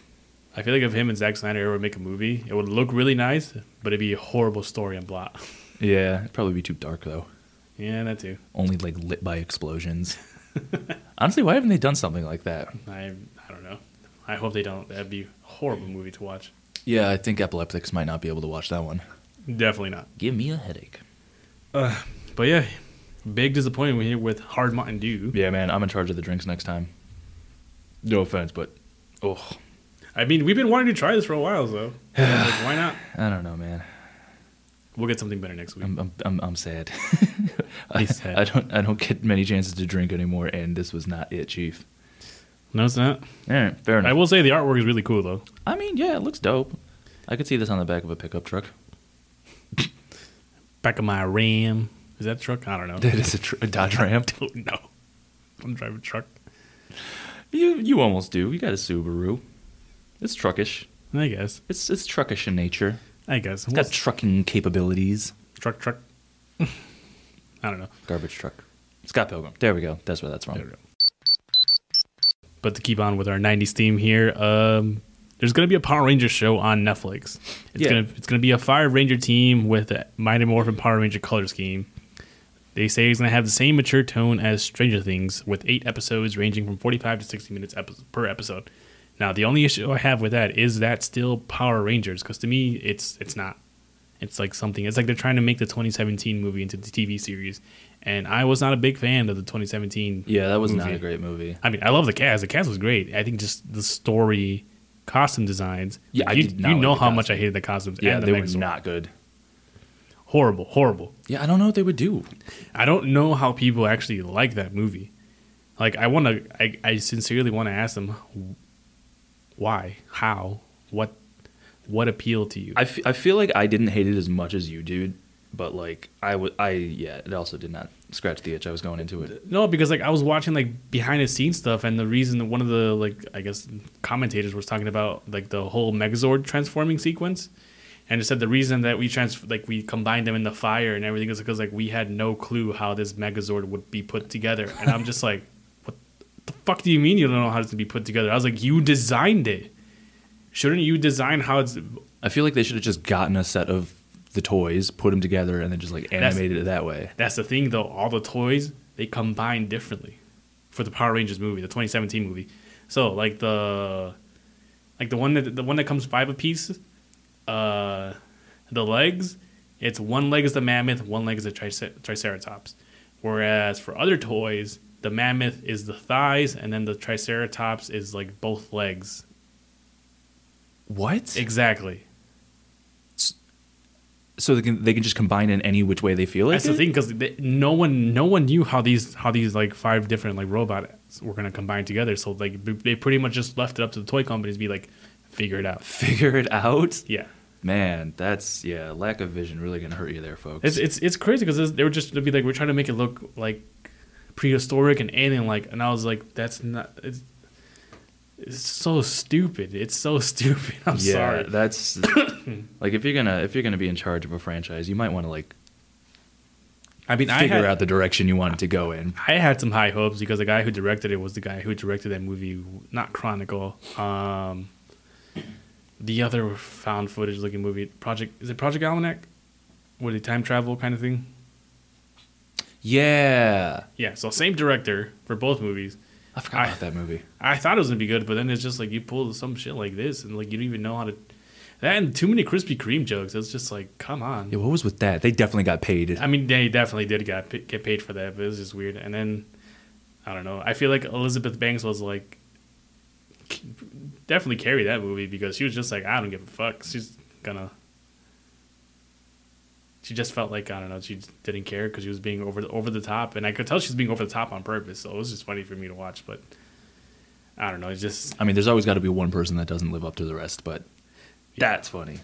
Speaker 1: I feel like if him and Zack Snyder ever make a movie, it would look really nice, but it'd be a horrible story and plot.
Speaker 2: Yeah. It'd probably be too dark, though.
Speaker 1: yeah, that too.
Speaker 2: Only, like, lit by explosions. Honestly, why haven't they done something like that?
Speaker 1: I I don't know. I hope they don't. That'd be a horrible movie to watch.
Speaker 2: Yeah, I think epileptics might not be able to watch that one.
Speaker 1: Definitely not.
Speaker 2: Give me a headache.
Speaker 1: But yeah, big disappointment here with Hard Mountain Dew.
Speaker 2: Yeah, man, I'm in charge of the drinks next time. No offense, but. Oh,
Speaker 1: I mean, we've been wanting to try this for a while, so like, why not?
Speaker 2: I don't know, man.
Speaker 1: We'll get something better next week.
Speaker 2: I'm, I'm, I'm, I'm sad.
Speaker 1: He's sad.
Speaker 2: I, I don't I don't get many chances to drink anymore, and this was not it, Chief.
Speaker 1: no, it's not.
Speaker 2: All right, fair enough.
Speaker 1: I will say the artwork is really cool, though.
Speaker 2: I mean, yeah, it looks dope. I could see this on the back of a pickup truck.
Speaker 1: Back of my Ram. Is that a truck? I don't know.
Speaker 2: That is a, tr- a Dodge Ram.
Speaker 1: oh, no. I'm driving a truck.
Speaker 2: You you almost do. You got a Subaru. It's truckish.
Speaker 1: I guess.
Speaker 2: It's it's truckish in nature.
Speaker 1: I guess.
Speaker 2: It's got trucking capabilities.
Speaker 1: truck, truck. I don't know.
Speaker 2: Garbage truck. Scott Pilgrim. There we go. That's where that's from.
Speaker 1: There we go. But to keep on with our '90s theme here, um, there's going to be a Power Rangers show on Netflix. It's
Speaker 2: Yeah.
Speaker 1: gonna it's going to be a Fire Ranger team with a Mighty Morphin Power Ranger color scheme. They say it's going to have the same mature tone as Stranger Things, with eight episodes ranging from 45 to 60 minutes epi- per episode. Now, the only issue I have with that is that still Power Rangers, because to me, it's it's not. It's like something. It's like they're trying to make the 2017 movie into the TV series, and I was not a big fan of the 2017.
Speaker 2: Yeah, that was not
Speaker 1: movie.
Speaker 2: a great movie.
Speaker 1: I mean, I love the cast. The cast was great. I think just the story, costume designs.
Speaker 2: Yeah, I
Speaker 1: you,
Speaker 2: did not
Speaker 1: you
Speaker 2: like
Speaker 1: know
Speaker 2: the
Speaker 1: how much I
Speaker 2: costume.
Speaker 1: hated the costumes.
Speaker 2: Yeah,
Speaker 1: and the
Speaker 2: they were
Speaker 1: Megazord.
Speaker 2: not good.
Speaker 1: horrible, horrible.
Speaker 2: Yeah, I don't know what they would do.
Speaker 1: I don't know how people actually like that movie. Like I want to, I, I sincerely want to ask them why, how, what, what appealed to you?
Speaker 2: I, f- I feel like I didn't hate it as much as you did, but like I would I yeah it also did not scratch the itch I was going into it.
Speaker 1: No, because like I was watching like behind the scenes stuff, and the reason that one of the like I guess commentators was talking about like the whole Megazord transforming sequence, and it said the reason that we trans like we combined them in the fire and everything is because like we had no clue how this Megazord would be put together, and I'm just like, what the fuck do you mean you don't know how it's to be put together? I was like, you designed it. Shouldn't you design how it's
Speaker 2: I feel like they should have just gotten a set of the toys, put them together, and then just like animated it that way.
Speaker 1: That's the thing, though. All the toys they combine differently for the Power Rangers movie, the 2017 movie. So like the like the one that the one that comes five apiece, uh, the legs, it's one leg is the mammoth, one leg is the tricer- triceratops. Whereas for other toys, the mammoth is the thighs, and then the triceratops is like both legs.
Speaker 2: What?
Speaker 1: Exactly.
Speaker 2: So they can they can just combine in any which way they feel like.
Speaker 1: That's the
Speaker 2: it?
Speaker 1: thing because no one no one knew how these how these like five different like robots were gonna combine together. So like b- they pretty much just left it up to the toy companies to be like, figure it out.
Speaker 2: Figure it out.
Speaker 1: Yeah,
Speaker 2: Man, that's yeah. Lack of vision really gonna hurt you there, folks.
Speaker 1: it's it's it's crazy because they were just to be like we're trying to make it look like prehistoric and alien like, and I was like that's not it's it's so stupid. It's so stupid. I'm
Speaker 2: yeah,
Speaker 1: sorry.
Speaker 2: that's like if you're gonna if you're gonna be in charge of a franchise, you might want to like
Speaker 1: I mean, I
Speaker 2: figure
Speaker 1: had,
Speaker 2: out the direction you want it to go in.
Speaker 1: I had some high hopes because the guy who directed it was the guy who directed that movie, not Chronicle. Um, the other found footage looking movie, Project is it Project Almanac? With the time travel kind of thing.
Speaker 2: Yeah,
Speaker 1: Yeah, so same director for both movies.
Speaker 2: I forgot
Speaker 1: I-
Speaker 2: about that movie.
Speaker 1: I thought it was gonna be good, but then it's just like you pull some shit like this, and like you don't even know how to. That and too many Krispy Kreme jokes. It's just like, come on.
Speaker 2: Yeah, what was with that? They definitely got paid.
Speaker 1: I mean, they definitely did get get paid for that, but it was just weird. And then I don't know. I feel like Elizabeth Banks was like definitely carried that movie because she was just like, I don't give a fuck. She's gonna. She just felt like I don't know. She didn't care because she was being over the, over the top, and I could tell she was being over the top on purpose. So it was just funny for me to watch. But I don't know. It's just
Speaker 2: I mean, there's always got to be one person that doesn't live up to the rest, but that's funny.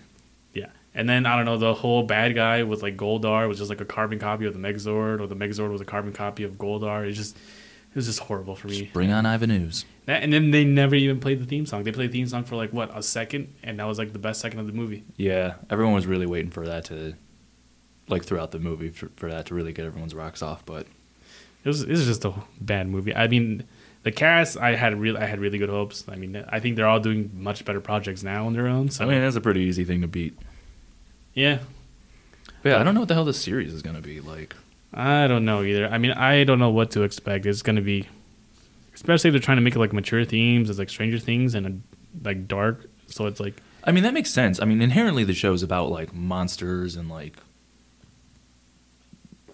Speaker 1: Yeah. And then I don't know, the whole bad guy with like Goldar was just like a carbon copy of the Megazord, or the Megazord was a carbon copy of Goldar. It just it was just horrible for me.
Speaker 2: Bring on Ivan Ooze.
Speaker 1: That, and then they never even played the theme song. They played the theme song for like what, a second? And that was like the best second of the movie.
Speaker 2: Yeah, everyone was really waiting for that to, like, throughout the movie for, for that to really get everyone's rocks off. But
Speaker 1: It was it was just a bad movie. I mean the cast I had real I had really good hopes. I mean I think they're all doing much better projects now on their own. So
Speaker 2: I mean, that's a pretty easy thing to beat.
Speaker 1: yeah.
Speaker 2: But yeah, I don't know what the hell this series is gonna be like.
Speaker 1: I don't know either. I mean, I don't know what to expect. It's gonna be, especially if they're trying to make it like mature themes, it's like Stranger Things and like dark. So it's like
Speaker 2: I mean, that makes sense. I mean, inherently, the show's about like monsters and like.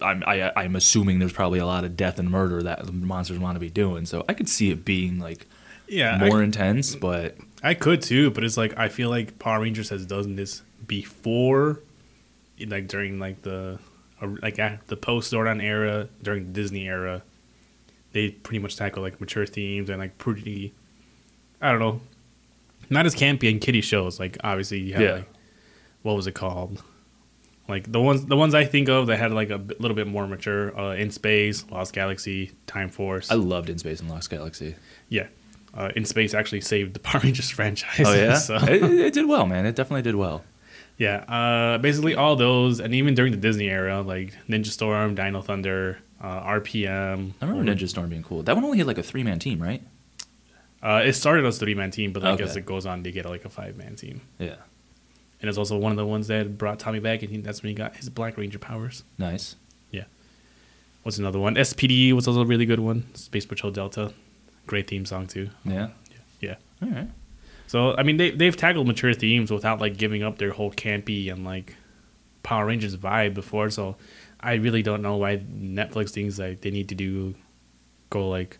Speaker 2: I'm I, I'm assuming there's probably a lot of death and murder that the monsters want to be doing. So I could see it being like
Speaker 1: yeah,
Speaker 2: more intense, but
Speaker 1: I, could too, but it's like I feel like Power Rangers has done this before, like during like the uh, like at the post Zordon era, during the Disney era, they pretty much tackle like mature themes and like pretty, I don't know, not as campy and kiddie shows. Like obviously you have
Speaker 2: Yeah.
Speaker 1: like what was it called? Like the ones the ones I think of that had like a bit- little bit more mature uh, in space, Lost Galaxy, Time Force.
Speaker 2: I loved In Space and Lost Galaxy.
Speaker 1: yeah, uh, in space actually saved the Power Rangers franchise.
Speaker 2: Oh yeah,
Speaker 1: so,
Speaker 2: it, it did well, man. It definitely did well.
Speaker 1: yeah. Uh, basically all those, and even during the Disney era, like Ninja Storm, Dino Thunder, uh, RPM.
Speaker 2: I remember Ninja Storm being cool. That one only had like a three man team, right?
Speaker 1: Uh, it started as a three man team, but like
Speaker 2: Okay.
Speaker 1: as it goes on, they get like a five man team.
Speaker 2: Yeah,
Speaker 1: And it's also one of the ones that brought Tommy back, and he, that's when he got his Black Ranger powers.
Speaker 2: nice.
Speaker 1: Yeah. What's another one? SPD was also a really good one. Space Patrol Delta, great theme song too.
Speaker 2: Yeah,
Speaker 1: Yeah.
Speaker 2: all right.
Speaker 1: So I mean, they they've tackled mature themes without like giving up their whole campy and like Power Rangers vibe before. So I really don't know why Netflix thinks like they need to do go like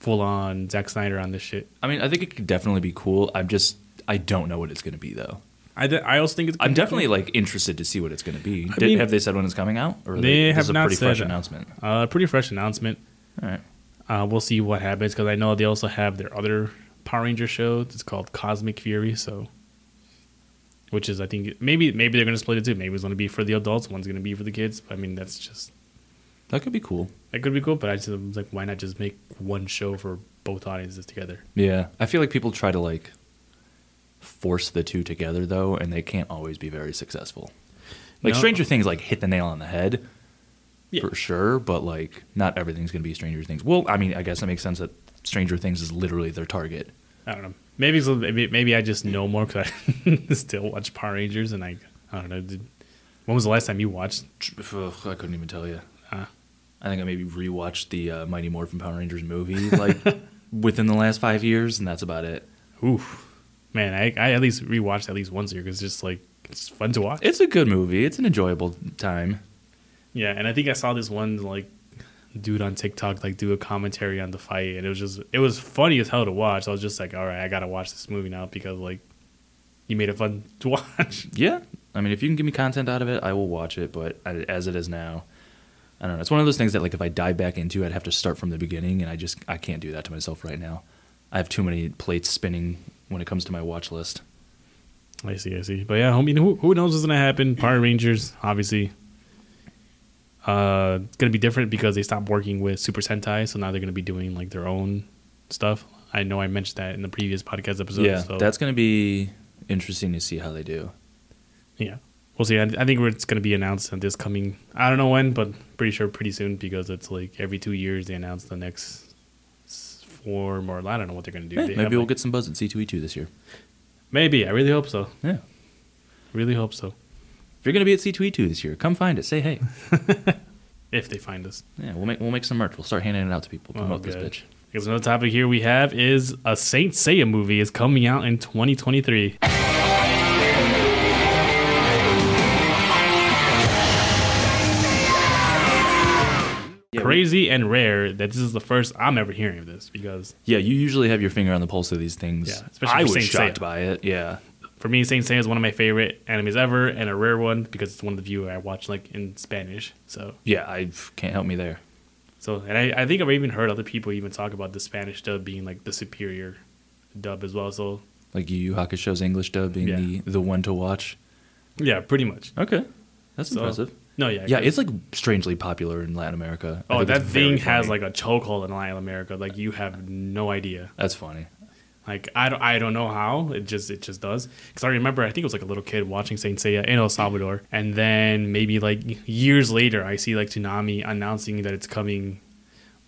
Speaker 1: full on Zack Snyder on this shit.
Speaker 2: I mean, I think it could definitely be cool. I'm just I don't know what it's gonna be though.
Speaker 1: I, d- I also think it's
Speaker 2: I'm definitely like interested to see what it's going to be.
Speaker 1: I
Speaker 2: Did,
Speaker 1: mean-
Speaker 2: have they said when it's coming out? Or
Speaker 1: They
Speaker 2: this
Speaker 1: have
Speaker 2: is a
Speaker 1: not
Speaker 2: pretty
Speaker 1: said
Speaker 2: fresh
Speaker 1: that.
Speaker 2: announcement.
Speaker 1: uh pretty fresh announcement.
Speaker 2: All right.
Speaker 1: Uh, we'll see what happens because I know they also have their other Power Ranger show. It's called Cosmic Fury, so which is I think maybe maybe they're gonna split it too. Maybe it's gonna be for the adults, one's gonna be for the kids. I mean, that's just
Speaker 2: That could be cool.
Speaker 1: that could be cool. But I just was like, why not just make one show for both audiences together?
Speaker 2: Yeah, I feel like people try to like force the two together though, and they can't always be very successful. Like
Speaker 1: No.
Speaker 2: Stranger Things, like hit the nail on the head
Speaker 1: Yeah.
Speaker 2: for sure, but like not everything's gonna be Stranger Things. Well, I mean, I guess that makes sense that Stranger Things is literally their target.
Speaker 1: I don't know. Maybe it's a, maybe, maybe I just know more because I still watch Power Rangers and I I don't know. Did, when was the last time you watched?
Speaker 2: Ugh, I couldn't even tell you.
Speaker 1: Huh.
Speaker 2: I think I maybe rewatched the uh, Mighty Morphin Power Rangers movie like within the last five years, and that's about it.
Speaker 1: Oof, man, I, I at least rewatched at least once a year because it's just like it's fun to watch.
Speaker 2: It's a good movie. It's an enjoyable time.
Speaker 1: Yeah, and I think I saw this one like dude on TikTok like do a commentary on the fight, and it was just it was funny as hell to watch. I was just like, all right, I gotta watch this movie now because like you made it fun to watch.
Speaker 2: Yeah, I mean, if you can give me content out of it, I will watch it. But I- as it is now, I don't know. It's one of those things that like if I dive back into, I'd have to start from the beginning, and I just I can't do that to myself right now. I have too many plates spinning when it comes to my watch list.
Speaker 1: I see, I see. But yeah, I mean, who, who knows what's gonna happen? Power Rangers, obviously. Uh, it's gonna be different because they stopped working with Super Sentai, so now they're gonna be doing like their own stuff. I know I mentioned that in the previous podcast episode.
Speaker 2: yeah,
Speaker 1: so,
Speaker 2: that's gonna be interesting to see how they do.
Speaker 1: yeah. We'll see. I, I think it's gonna be announced on this coming. I don't know when, but pretty sure pretty soon because it's like every two years they announce the next s- form or I don't know what they're gonna do.
Speaker 2: Yeah,
Speaker 1: They
Speaker 2: Eh, maybe
Speaker 1: have,
Speaker 2: we'll
Speaker 1: like-
Speaker 2: get some buzz at C2E2 this year.
Speaker 1: maybe. I really hope so.
Speaker 2: Yeah.
Speaker 1: Really hope so.
Speaker 2: If you're gonna be at C2E2 this year, come find us. Say hey.
Speaker 1: If they find us.
Speaker 2: Yeah, we'll make we'll make some merch. We'll start handing it out to people. Promote this
Speaker 1: Oh, good.
Speaker 2: bitch.
Speaker 1: Because another topic here we have is a Saint Seiya movie is coming out in 2023. Crazy and rare that this is the first I'm ever hearing of this because
Speaker 2: Yeah, you usually have your finger on the pulse of these things.
Speaker 1: Yeah, especially
Speaker 2: I
Speaker 1: for
Speaker 2: was
Speaker 1: Saint
Speaker 2: shocked
Speaker 1: Seiya.
Speaker 2: by it. Yeah.
Speaker 1: for me Saint Seiya is one of my favorite animes ever and a rare one because it's one of the few I watch like in Spanish. So
Speaker 2: Yeah, I can't help me there.
Speaker 1: so and I, I think I've even heard other people even talk about the Spanish dub being like the superior dub as well. So
Speaker 2: Like Yu Yu Hakusho's English dub being
Speaker 1: Yeah.
Speaker 2: the, the one to watch.
Speaker 1: yeah, pretty much.
Speaker 2: Okay. That's
Speaker 1: So-
Speaker 2: impressive.
Speaker 1: No, yeah,
Speaker 2: Yeah, it's like strangely popular in Latin America. I
Speaker 1: Oh,
Speaker 2: think it's
Speaker 1: that
Speaker 2: very
Speaker 1: thing has
Speaker 2: funny.
Speaker 1: like a chokehold in Latin America. Like you have no idea.
Speaker 2: That's funny.
Speaker 1: Like I don't, I don't know how. It just, it just does. Because I remember, I think it was like a little kid watching Saint Seiya in El Salvador, and then maybe like years later, I see like Tsunami announcing that it's coming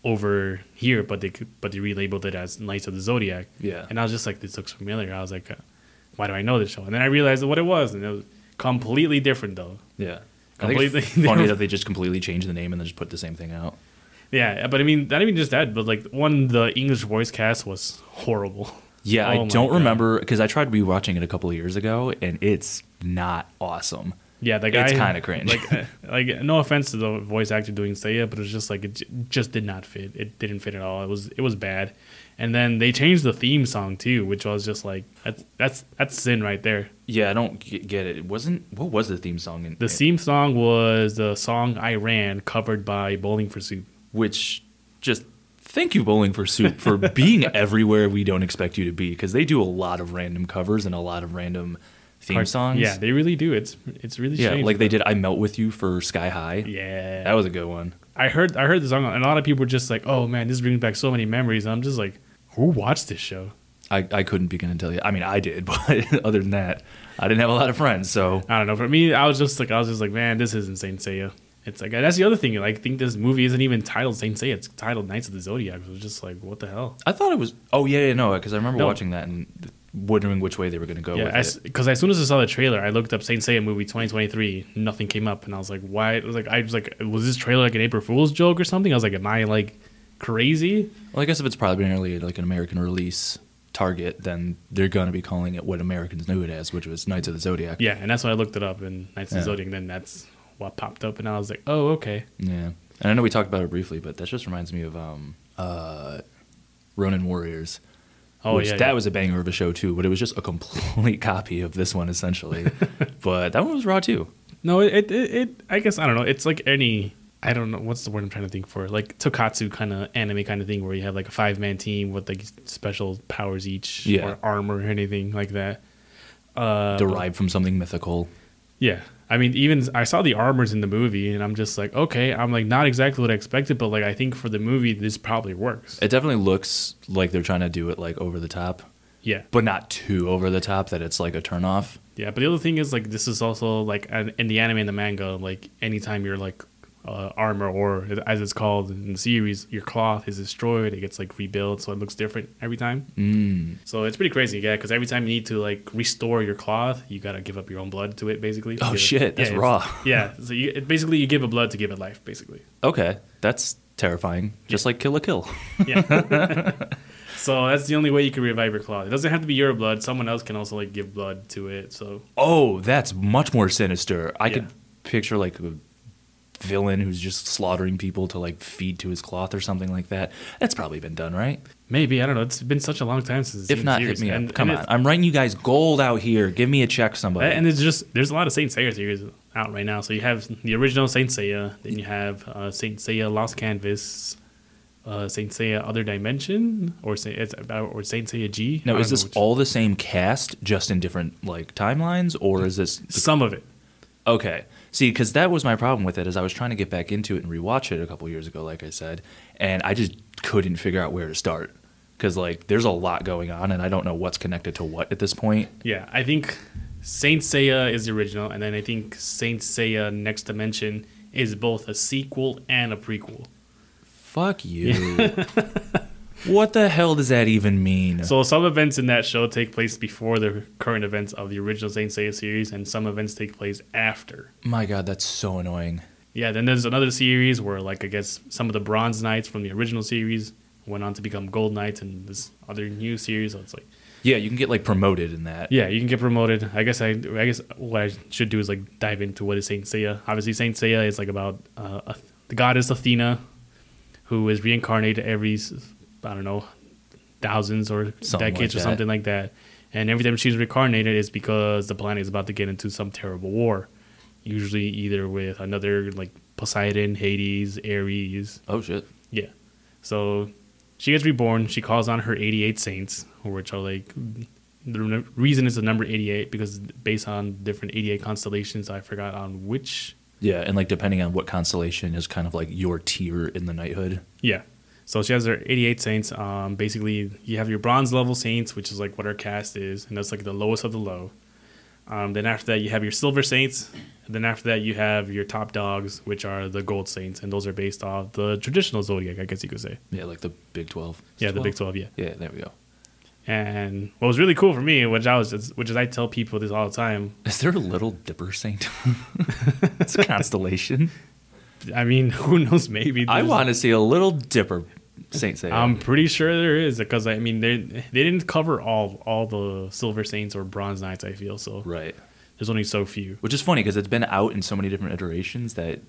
Speaker 1: over here, but they, could- but they relabeled it as Knights of the Zodiac.
Speaker 2: Yeah.
Speaker 1: And I was just like, this looks familiar. I was like, uh, why do I know this show? And then I realized what it was, and it was completely different though.
Speaker 2: Yeah. Completely.
Speaker 1: Completely
Speaker 2: funny
Speaker 1: different.
Speaker 2: that they just completely changed the name and then just put the same thing out.
Speaker 1: Yeah, but I mean, not even just that, but like one, the English voice cast was horrible.
Speaker 2: Yeah,
Speaker 1: Oh
Speaker 2: I
Speaker 1: my
Speaker 2: don't
Speaker 1: God.
Speaker 2: remember because I tried rewatching it a couple of years ago and it's not awesome.
Speaker 1: Yeah, the guy.
Speaker 2: It's kinda cringe.
Speaker 1: Like, uh, like no offense to the voice actor doing Seiya, but it's just like it j- just did not fit. It didn't fit at all. It was it was bad. And then they changed the theme song too, which I was just like, that's that's that's sin right there.
Speaker 2: Yeah, I don't g- get it. It wasn't. What was the theme song? In,
Speaker 1: The
Speaker 2: in-
Speaker 1: theme song was the song I ran covered by Bowling for Soup.
Speaker 2: which just thank you bowling for soup for being everywhere we don't expect you to be because they do a lot of random covers and a lot of random theme
Speaker 1: Or-
Speaker 2: songs
Speaker 1: Yeah, they really do. It's it's really
Speaker 2: yeah
Speaker 1: strange.
Speaker 2: like they did i melt with you for sky high
Speaker 1: Yeah,
Speaker 2: that was a good one
Speaker 1: I heard I heard the song, and a lot of people were just like, "Oh man, this brings back so many memories." And I'm just like, "Who watched this show?"
Speaker 2: I, I couldn't begin to tell you i mean i did but other than that i didn't have a lot of friends so
Speaker 1: I don't know. For me, I was just like, I was just like, man, this isn't Saint Seiya. It's like that's the other thing. Like, I think this movie isn't even titled Saint Seiya. It's titled Knights of the Zodiac. It was just like, what the hell?
Speaker 2: i thought it was oh yeah, yeah no because i remember
Speaker 1: No.
Speaker 2: watching that and wondering which way they were going to go
Speaker 1: Yeah,
Speaker 2: with Oh, it
Speaker 1: because as soon as I saw the trailer, I looked up Saint Seiya movie 2023. Nothing came up, and I was like, why? It was like, I was like, was this trailer like an April Fool's joke or something? I was like, am I like crazy?
Speaker 2: well i guess if it's primarily like an american release target then they're going to be calling it what americans knew it as which was knights of the zodiac
Speaker 1: Yeah, and that's when I looked it up, and Knights of
Speaker 2: Yeah.
Speaker 1: the Zodiac. Then that's what popped up, and I was like, oh okay.
Speaker 2: Yeah, and I know we talked about it briefly, but that just reminds me of um, uh, Ronin Warriors.
Speaker 1: Oh
Speaker 2: which
Speaker 1: yeah,
Speaker 2: that
Speaker 1: yeah.
Speaker 2: was a banger of a show too, but it was just a complete copy of this one essentially. but that one was raw too.
Speaker 1: No, it, it it I guess I don't know. It's like any I don't know what's the word I'm trying to think for, like Tokatsu kind of anime kind of thing where you have like a five man team with like special powers each
Speaker 2: Yeah.
Speaker 1: or armor or anything like that. Uh, Uh-huh.
Speaker 2: derived from something mythical.
Speaker 1: Yeah. I mean, even I saw the armors in the movie, and I'm just like, okay, I'm like not exactly what I expected, but like I think for the movie, this probably works.
Speaker 2: It definitely looks like they're trying to do it like over the top,
Speaker 1: Yeah,
Speaker 2: but not too over the top that it's like a turnoff.
Speaker 1: yeah. But the other thing is like this is also like an- in the anime and the manga, like anytime your like uh, armor or as it's called in the series, your cloth is destroyed, it gets like rebuilt, so it looks different every time. Mm. So it's pretty crazy, yeah. Because every time you need to like restore your cloth, you gotta give up your own blood to it, basically. to
Speaker 2: Oh,
Speaker 1: give it-
Speaker 2: shit, that's
Speaker 1: yeah, it's-
Speaker 2: raw.
Speaker 1: Yeah, so you it, basically you give a blood to give it life, basically.
Speaker 2: Okay, that's terrifying. Just like Kill a Kill.
Speaker 1: Yeah. so that's the only way you can revive your claw. It doesn't have to be your blood. Someone else can also like give blood to it. So
Speaker 2: Oh, that's much more sinister. I
Speaker 1: Yeah.
Speaker 2: could picture like a villain who's just slaughtering people to like feed to his cloth or something like that. That's probably been done, right?
Speaker 1: maybe I don't know. It's been such a long time since. It's
Speaker 2: If
Speaker 1: been
Speaker 2: not,
Speaker 1: serious.
Speaker 2: hit me up.
Speaker 1: And-
Speaker 2: Come
Speaker 1: and
Speaker 2: on,
Speaker 1: it's-
Speaker 2: I'm writing you guys gold out here. Give me a check, somebody.
Speaker 1: And it's just there's a lot of Saint Seiya series out right now. So you have the original Saint Seiya, then you have uh, Saint Seiya Lost Canvas, uh, Saint Seiya Other Dimension, or Saint it's about or Saint Seiya G. I
Speaker 2: now,
Speaker 1: don't
Speaker 2: is
Speaker 1: know
Speaker 2: this
Speaker 1: which-
Speaker 2: all the same cast, just in different like timelines, or is this
Speaker 1: Some of it.
Speaker 2: Okay. See, because that was my problem with it, is I was trying to get back into it and rewatch it a couple years ago, like I said, and I just couldn't figure out where to start because like there's a lot going on, and I don't know what's connected to what at this point.
Speaker 1: Yeah, I think Saint Seiya is the original, and then I think Saint Seiya Next Dimension is both a sequel and a prequel.
Speaker 2: Fuck you. what the hell does that even mean?
Speaker 1: So some events in that show take place before the current events of the original Saint Seiya series, and some events take place after.
Speaker 2: my God, that's so annoying.
Speaker 1: Yeah, then there's another series where, like, I guess some of the Bronze Knights from the original series went on to become Gold Knights, and this other new series. So it's like,
Speaker 2: Yeah, you can get like promoted in that.
Speaker 1: yeah, you can get promoted. I guess I, I guess what I should do is like dive into what is Saint Seiya. Obviously, Saint Seiya is like about uh, Ath- the goddess Athena, who is reincarnated every, s- I don't know, thousands or
Speaker 2: Something like
Speaker 1: decades or
Speaker 2: that.
Speaker 1: something like that. And every time she's reincarnated, is because the planet is about to get into some terrible war, usually either with another like Poseidon, Hades, Ares,
Speaker 2: Oh shit.
Speaker 1: yeah. So she gets reborn. She calls on her 88 saints, which are like the re- reason is the number 88 because based on different 88 constellations, I forgot on which.
Speaker 2: Yeah, and like depending on what constellation is kind of like your tier in the knighthood.
Speaker 1: Yeah. So she has her 88 saints. Um, basically, you have your bronze level saints, which is like what our cast is, and that's like the lowest of the low. Um, then after that, you have your silver saints. And then after that, you have your top dogs, which are the gold saints, and those are based off the traditional zodiac, I guess you could say.
Speaker 2: Yeah, like the Big Twelve.
Speaker 1: Yeah, the Big 12, yeah.
Speaker 2: Yeah, there we go.
Speaker 1: And what was really cool for me, which I was, just, which is I tell people this all the time.
Speaker 2: Is there a little dipper saint? it's a constellation.
Speaker 1: I mean, who knows? Maybe
Speaker 2: I
Speaker 1: there's-
Speaker 2: want to see a little dipper saint Seiya.
Speaker 1: I'm pretty sure there is because I mean they they didn't cover all all the Silver Saints or Bronze Knights. I feel so.
Speaker 2: right.
Speaker 1: There's only so few.
Speaker 2: Which is funny because it's been out in so many different iterations that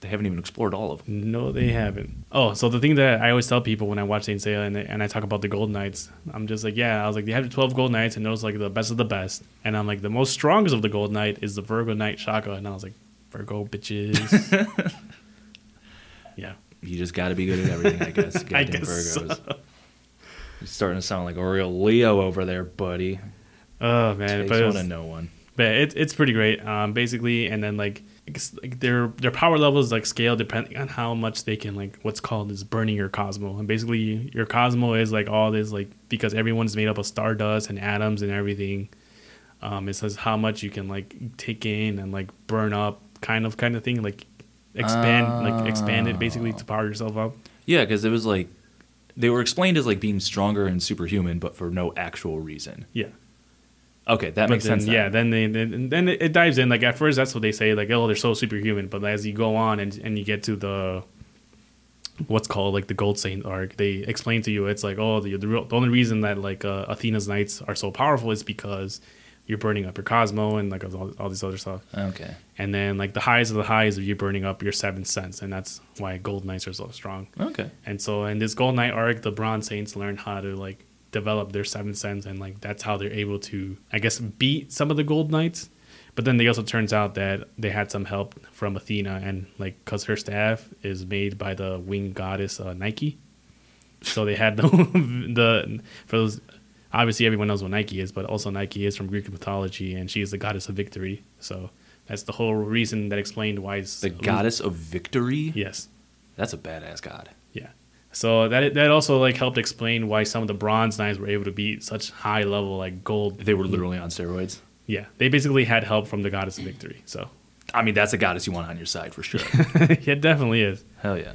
Speaker 2: they haven't even explored all of them.
Speaker 1: No, they haven't. Oh, so the thing that I always tell people when I watch Saint Seiya and, and I talk about the Gold Knights, I'm just like, yeah, I was like, they have the 12 Gold Knights and those like the best of the best. And I'm like, the most strongest of the Gold Knight is the Virgo Knight Shaka. And I was like, Virgo bitches. yeah.
Speaker 2: You just got to be good at everything, I guess. Goddamn
Speaker 1: I guess
Speaker 2: Virgos. You're starting to sound like a real Leo over there, buddy.
Speaker 1: Oh man,
Speaker 2: Takes
Speaker 1: but, it
Speaker 2: one
Speaker 1: was-
Speaker 2: to know one.
Speaker 1: but it, it's pretty great. Um, basically, and then like, I guess, like their their power levels like scale depending on how much they can like what's called is burning your cosmo. And basically, your cosmo is like all this like because everyone's made up of stardust and atoms and everything. Um, it says how much you can like take in and like burn up, kind of kind of thing. Like expand like expand it basically
Speaker 2: Oh.
Speaker 1: to power yourself up.
Speaker 2: Yeah, because it was like they were explained as like being stronger and superhuman, but for no actual reason.
Speaker 1: Yeah.
Speaker 2: Okay,
Speaker 1: But
Speaker 2: that makes
Speaker 1: then,
Speaker 2: sense.
Speaker 1: Yeah, then they then, then it it dives in. Like at first, that's what they say, like oh, they're so superhuman. But as you go on and and you get to the what's called like the Gold Saint arc, they explain to you it's like oh, the the, real, the only reason that like uh, Athena's knights are so powerful is because you're burning up your Cosmo and like all, all this other stuff.
Speaker 2: then. Okay.
Speaker 1: And then like the highs of the highs of you burning up your seventh sense, and that's why Gold Knights are so strong.
Speaker 2: Okay.
Speaker 1: And so in this Gold Knight arc, the Bronze Saints learn how to like develop their seventh sense, and like that's how they're able to, I guess, beat some of the Gold Knights. But then it also turns out that they had some help from Athena, and like, cause her staff is made by the winged goddess uh, Nike, so they had the the for those. Obviously, everyone knows what Nike is, but also Nike is from Greek mythology, and she is the goddess of victory. So that's the whole reason that explained why it's
Speaker 2: The goddess of victory?
Speaker 1: Yes,
Speaker 2: That's a badass god.
Speaker 1: yeah. So that that also like helped explain why some of the bronze knights were able to beat such high level like gold.
Speaker 2: They were literally on steroids.
Speaker 1: Yeah, they basically had help from the goddess of victory. So
Speaker 2: I mean, that's a goddess you want on your side for sure.
Speaker 1: it definitely is.
Speaker 2: Hell yeah.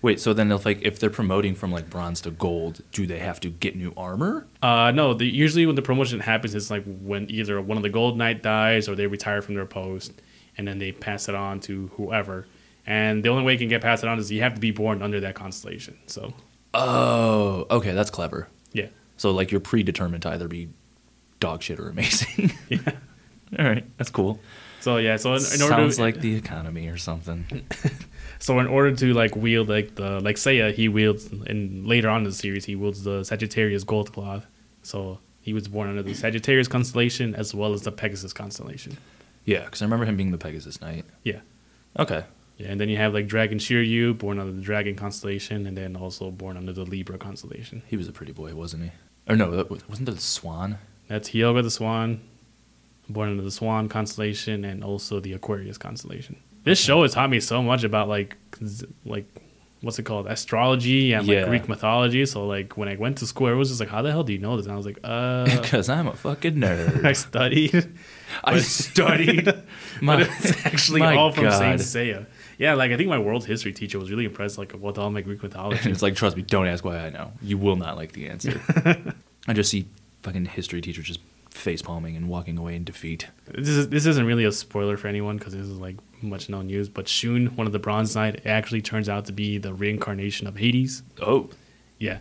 Speaker 2: Wait, so then if like if they're promoting from like bronze to gold, do they have to get new armor?
Speaker 1: Uh, no, the, usually when the promotion happens, it's like when either one of the gold knight dies or they retire from their post, and then they pass it on to whoever. And the only way you can get passed it on is you have to be born under that constellation. So
Speaker 2: Oh, okay, that's clever.
Speaker 1: yeah,
Speaker 2: So like you're predetermined to either be dog shit or amazing. yeah. All right, that's cool.
Speaker 1: so yeah, so in, in order
Speaker 2: Sounds
Speaker 1: to,
Speaker 2: like the economy or something.
Speaker 1: so in order to like wield like the like Seiya, he wields and later on in the series he wields the Sagittarius gold cloth. So he was born under the Sagittarius constellation as well as the Pegasus constellation.
Speaker 2: yeah, because I remember him being the Pegasus Knight.
Speaker 1: Yeah.
Speaker 2: Okay,
Speaker 1: Yeah, and then you have like Dragon Shiryu, born under the Dragon constellation, and then also born under the Libra constellation.
Speaker 2: he was a pretty boy, wasn't he? Or no, that was- wasn't that the Swan?
Speaker 1: That's Hyoga the Swan, born under the Swan constellation, and also the Aquarius constellation. This show has taught me so much about like, z- like, what's it called, astrology and like
Speaker 2: Yeah.
Speaker 1: Greek mythology. So like when I went to school, it was just like, how the hell do you know this? And I was like, uh,
Speaker 2: Because I'm a fucking
Speaker 1: I
Speaker 2: nerd.
Speaker 1: studied.
Speaker 2: I studied. My,
Speaker 1: but it's actually
Speaker 2: my
Speaker 1: all from
Speaker 2: God.
Speaker 1: Saint Seiya. Yeah, like I think my world history teacher was really impressed, like with all my Greek mythology.
Speaker 2: It's like, trust me, don't ask why I know. You will not like the answer. I just see fucking history teacher just face palming and walking away in defeat.
Speaker 1: This is this isn't really a spoiler for anyone because this is like much known news. But Shun, one of the Bronze Knight, actually turns out to be the reincarnation of Hades.
Speaker 2: Oh,
Speaker 1: Yeah,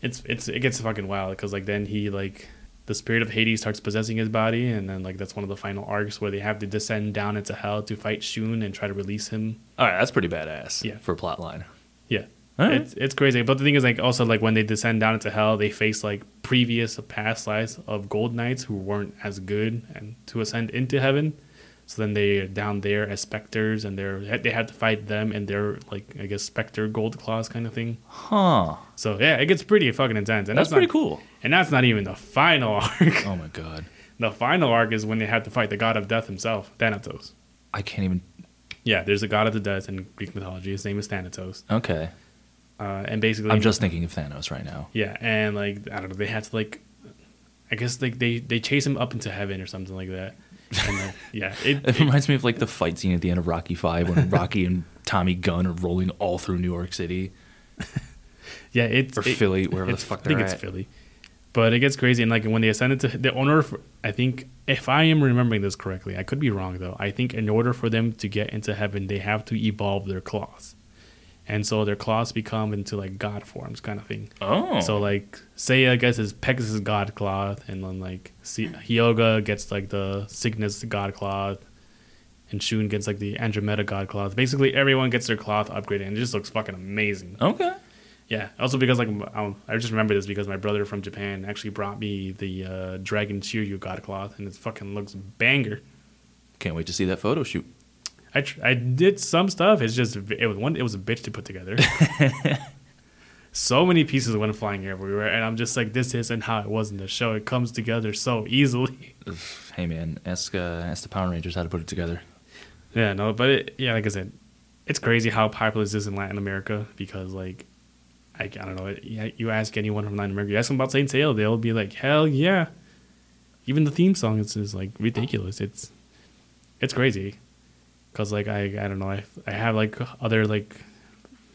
Speaker 1: it's it's it gets fucking wild because like then he like the spirit of Hades starts possessing his body, and then like that's one of the final arcs where they have to descend down into hell to fight Shun and try to release him.
Speaker 2: all right, that's pretty badass.
Speaker 1: Yeah.
Speaker 2: for a plot line.
Speaker 1: Yeah.
Speaker 2: Alright.
Speaker 1: It's it's crazy, but the thing is, like, also like when they descend down into hell, they face like previous past lives of gold knights who weren't as good and to ascend into heaven. So then they are down there as specters, and they're they have to fight them and their like I guess specter gold claws kind of thing.
Speaker 2: Huh?
Speaker 1: So yeah, it gets pretty fucking intense, and
Speaker 2: That's,
Speaker 1: that's,
Speaker 2: pretty
Speaker 1: not,
Speaker 2: cool.
Speaker 1: And that's not even the final arc.
Speaker 2: Oh my god,
Speaker 1: the final arc is when they have to fight the god of death himself, Thanatos.
Speaker 2: I can't even.
Speaker 1: Yeah, there's a god of the death in Greek mythology. His name is Thanatos,
Speaker 2: Okay,
Speaker 1: uh, and basically
Speaker 2: I'm just thinking of Thanos right now.
Speaker 1: Yeah, and like I don't know, they had to like, I guess like they they chase him up into heaven or something like that. And then, yeah, it,
Speaker 2: It reminds me of like the fight scene at the end of Rocky Five when Rocky and Tommy Gunn are rolling all through New York City
Speaker 1: yeah, it's
Speaker 2: or
Speaker 1: it-
Speaker 2: Philly, wherever the
Speaker 1: it's-
Speaker 2: fuck
Speaker 1: I
Speaker 2: they're
Speaker 1: think it's
Speaker 2: at.
Speaker 1: Philly, but it gets crazy. And like when they ascended to the owner, for, I think if I am remembering this correctly, I could be wrong though. I think in order for them to get into heaven, they have to evolve their claws, and so their claws become into like god forms kind of thing.
Speaker 2: Oh,
Speaker 1: So like Seiya gets his Pegasus God Cloth, and then like Se- Hyoga gets like the Cygnus God Cloth, and Shun gets like the Andromeda God Cloth. Basically, everyone gets their cloth upgraded, and it just looks fucking amazing.
Speaker 2: okay.
Speaker 1: Yeah. Also because like m- um, I just remember this because my brother from Japan actually brought me the uh, Dragon Shiryu God Cloth, and it fucking looks banger.
Speaker 2: Can't wait to see that photo shoot.
Speaker 1: I tr- I did some stuff. It's just v- it was one. It was a bitch to put together. so many pieces went flying everywhere, and I'm just like, this isn't how it was in the show. It comes together so easily.
Speaker 2: Hey man, ask uh, ask the Power Rangers how to put it together.
Speaker 1: Yeah, no, but it, yeah, like I said, it's crazy how popular this is in Latin America because like. I, I don't know. It, yeah, you ask anyone from Latin America, you ask them about Saint Seiya, they'll be like, "Hell yeah!" Even the theme song is just like ridiculous. It's it's crazy because like I I don't know I I have like other like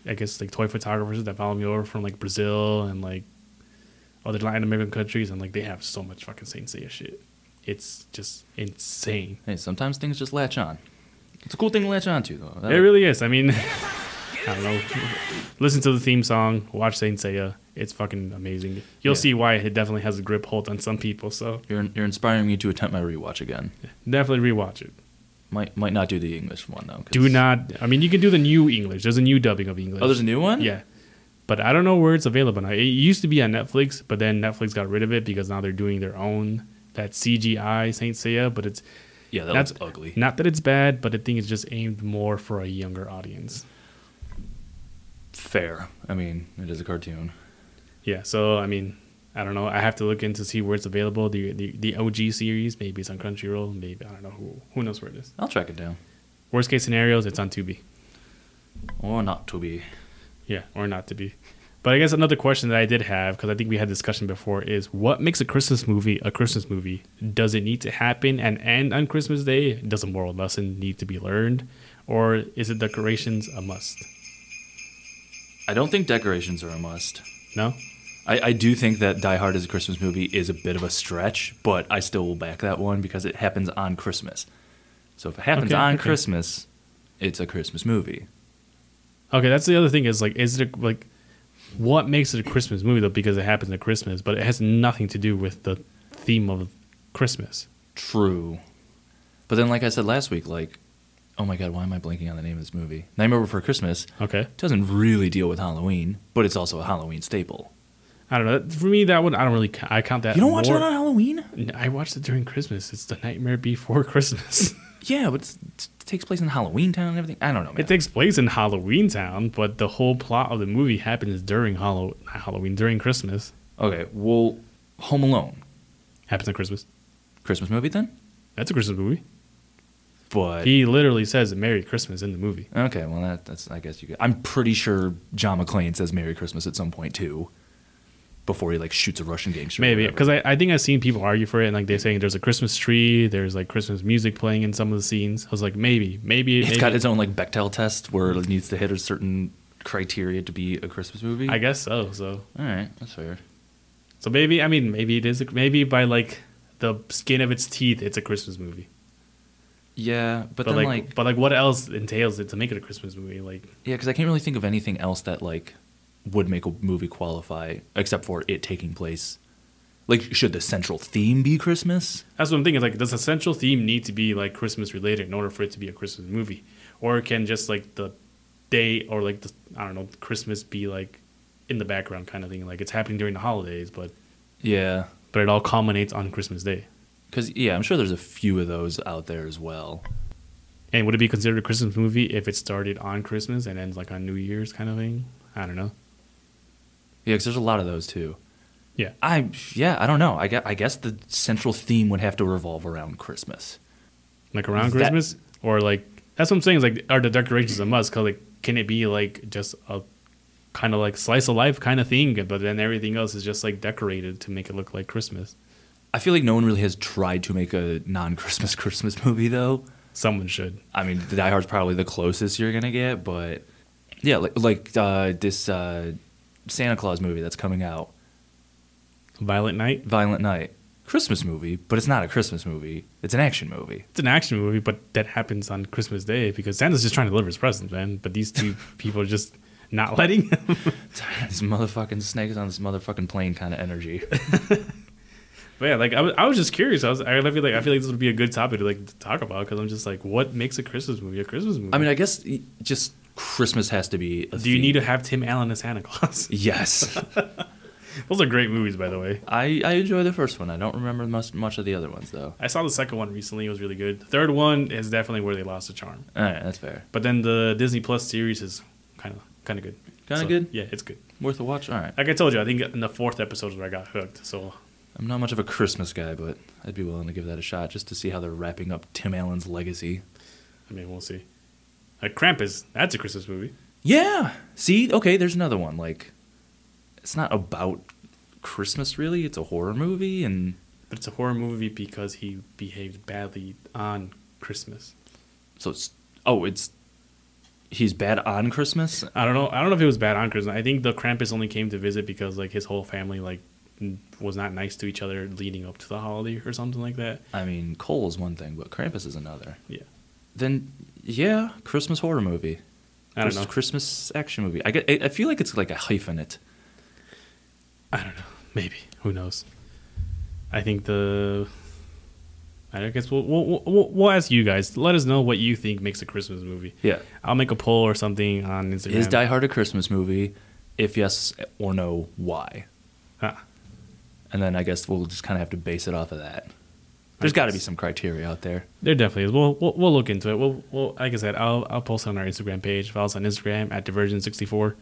Speaker 1: I guess like toy photographers that follow me over from like Brazil and like other Latin American countries and like they have so much fucking Saint Seiya shit. It's just insane.
Speaker 2: Hey, sometimes things just latch on. It's a cool thing to latch on to, though. That-
Speaker 1: It really is. I mean, I don't know. Listen to the theme song, watch Saint Seiya. It's fucking amazing. You'll
Speaker 2: Yeah.
Speaker 1: see why it definitely has a grip hold on some people. So
Speaker 2: You're, you're inspiring me to attempt my rewatch again.
Speaker 1: definitely rewatch it.
Speaker 2: Might might not do the English one though. 'cause-
Speaker 1: Do not. I mean, you can do the new English. There's a new dubbing of English.
Speaker 2: Oh, there's a new one.
Speaker 1: Yeah. But I don't know where it's available now. It used to be on Netflix, but then Netflix got rid of it because now they're doing their own that CGI Saint Seiya, but it's
Speaker 2: Yeah, that
Speaker 1: That's
Speaker 2: looks ugly.
Speaker 1: Not that it's bad, but I think it's just aimed more for a younger audience.
Speaker 2: Fair. I mean, it is a cartoon.
Speaker 1: Yeah, so I mean, I don't know. I have to look in to see where it's available. The the, the OG series, maybe it's on Crunchyroll, maybe I don't know who who knows where it is.
Speaker 2: I'll track it down.
Speaker 1: Worst case scenarios, it's on Tubi.
Speaker 2: Or not to be.
Speaker 1: Yeah, or not to be. But I guess another question that I did have, because I think we had discussion before, is what makes a Christmas movie a Christmas movie? Does it need to happen and end on Christmas Day? Does a moral lesson need to be learned? Or is it decorations a must?
Speaker 2: I don't think decorations are a must.
Speaker 1: No?
Speaker 2: I, I do think that Die Hard as a Christmas movie is a bit of a stretch, but I still will back that one because it happens on Christmas. So if it happens
Speaker 1: Okay,
Speaker 2: on
Speaker 1: okay.
Speaker 2: Christmas, it's a Christmas movie.
Speaker 1: Okay, that's the other thing is like, is it like, what makes it a Christmas movie though? Because it happens at Christmas, but it has nothing to do with the theme of Christmas.
Speaker 2: True. But then, like I said last week, like, oh my god, why am I blanking on the name of this movie? Nightmare Before Christmas
Speaker 1: Okay.
Speaker 2: doesn't really deal with Halloween, but it's also a Halloween staple.
Speaker 1: I don't know. For me, that one, I don't really, ca- I count that.
Speaker 2: You don't watch
Speaker 1: more-
Speaker 2: that on Halloween?
Speaker 1: I watched it during Christmas. It's the nightmare before Christmas.
Speaker 2: Yeah, but it's, it takes place in Halloween Town and everything. I don't know, man.
Speaker 1: It takes place in Halloween Town, but the whole plot of the movie happens during Hallow- not Halloween, during Christmas.
Speaker 2: okay, well, Home Alone,
Speaker 1: Happens at Christmas.
Speaker 2: Christmas movie then?
Speaker 1: That's a Christmas movie.
Speaker 2: But
Speaker 1: He literally says "Merry Christmas" in the movie.
Speaker 2: Okay, well that, that's I guess you could. I'm pretty sure John McClane says "Merry Christmas" at some point too, before he like shoots a Russian gangster. or
Speaker 1: Maybe
Speaker 2: whatever.
Speaker 1: because I, I think I've seen people argue for it, and like they're saying there's a Christmas tree, there's like Christmas music playing in some of the scenes. I was like, maybe, maybe
Speaker 2: it's
Speaker 1: maybe.
Speaker 2: got its own like Bechtel test where it needs to hit a certain criteria to be a Christmas movie.
Speaker 1: I guess so. So
Speaker 2: All right, that's fair.
Speaker 1: so maybe I mean maybe it is a- maybe by like the skin of its teeth, it's a Christmas movie.
Speaker 2: Yeah, but,
Speaker 1: But
Speaker 2: then
Speaker 1: like,
Speaker 2: like,
Speaker 1: but like what else entails it to make it a Christmas movie? Like
Speaker 2: yeah, because I can't really think of anything else that like would make a movie qualify except for it taking place. Like, should the central theme be Christmas?
Speaker 1: That's what I'm thinking. Like, does the central theme need to be like Christmas related in order for it to be a Christmas movie, or can just like the day or like the I don't know Christmas be like in the background kind of thing? Like it's happening during the holidays, but
Speaker 2: Yeah,
Speaker 1: but it all culminates on Christmas Day.
Speaker 2: because yeah, I'm sure there's a few of those out there as well.
Speaker 1: And would it be considered a Christmas movie if it started on Christmas and ends like on New Year's kind of thing? I don't know.
Speaker 2: Yeah, because there's a lot of those too.
Speaker 1: Yeah.
Speaker 2: I yeah, I don't know. I guess, I guess the central theme would have to revolve around Christmas.
Speaker 1: Like around
Speaker 2: That-
Speaker 1: Christmas, or like that's what I'm saying. Is like are the decorations a must? Cause like can it be like just a kind of like slice of life kind of thing, but then everything else is just like decorated to make it look like Christmas.
Speaker 2: I feel like no one really has tried to make a non-Christmas Christmas movie though.
Speaker 1: Someone should.
Speaker 2: I mean, the Die Hard's probably the closest you're gonna get, but yeah, like like uh, this uh, Santa Claus movie that's coming out,
Speaker 1: Violent Night.
Speaker 2: Violent Night, Christmas movie, but it's not a Christmas movie. It's an action movie.
Speaker 1: It's an action movie, but that happens on Christmas Day because Santa's just trying to deliver his presents, man. But these two people are just not letting him.
Speaker 2: This motherfucking snakes on this motherfucking plane kind of energy.
Speaker 1: but yeah, like I was, I was just curious. I was, I feel like I feel like this would be a good topic to like to talk about because I'm just like, what makes a Christmas movie a Christmas movie?
Speaker 2: I mean, I guess y- just Christmas has to be. A
Speaker 1: do you
Speaker 2: theme.
Speaker 1: need to have Tim Allen as Santa Claus?
Speaker 2: Yes.
Speaker 1: Those are great movies, by the way.
Speaker 2: I, I enjoy the first one. I don't remember much much of the other ones though.
Speaker 1: I saw the second one recently; it was really good. The third one is definitely where they lost the charm,
Speaker 2: All right, that's fair.
Speaker 1: but then the Disney Plus series is kind of kind of good.
Speaker 2: Kinda good?
Speaker 1: Yeah, it's good.
Speaker 2: Worth a watch. All right.
Speaker 1: Like I told you, I think in the fourth episode is where I got hooked. So
Speaker 2: I'm not much of a Christmas guy, but I'd be willing to give that a shot just to see how they're wrapping up Tim Allen's legacy.
Speaker 1: I mean, we'll see. Like Krampus, that's a Christmas movie.
Speaker 2: Yeah. See, okay, there's another one. Like, it's not about Christmas really. It's a horror movie, and
Speaker 1: But it's a horror movie because he behaved badly on Christmas.
Speaker 2: so it's oh, it's he's bad on Christmas.
Speaker 1: I don't know. I don't know if it was bad on Christmas. I think the Krampus only came to visit because like his whole family like n- was not nice to each other leading up to the holiday or something like that.
Speaker 2: I mean, Cole is one thing, but Krampus is another.
Speaker 1: Yeah.
Speaker 2: Then yeah, Christmas horror movie.
Speaker 1: I don't
Speaker 2: Christ-
Speaker 1: know.
Speaker 2: Christmas action movie. I get. I I feel like it's like a hyphenate.
Speaker 1: I don't know. Maybe. Who knows? I think the. I guess we'll, we'll, we'll, we'll ask you guys. Let us know what you think makes a Christmas movie.
Speaker 2: Yeah.
Speaker 1: I'll make a poll or something on Instagram.
Speaker 2: Is Die Hard a Christmas movie? If yes or no, why?
Speaker 1: Ah,
Speaker 2: And then I guess we'll just kind of have to base it off of that. There's got to be
Speaker 1: guess.
Speaker 2: some criteria out there.
Speaker 1: There definitely is. We'll we'll, we'll look into it. We'll, we'll like I said, I'll I'll post it on our Instagram page. Follow us on Instagram at Divergent64.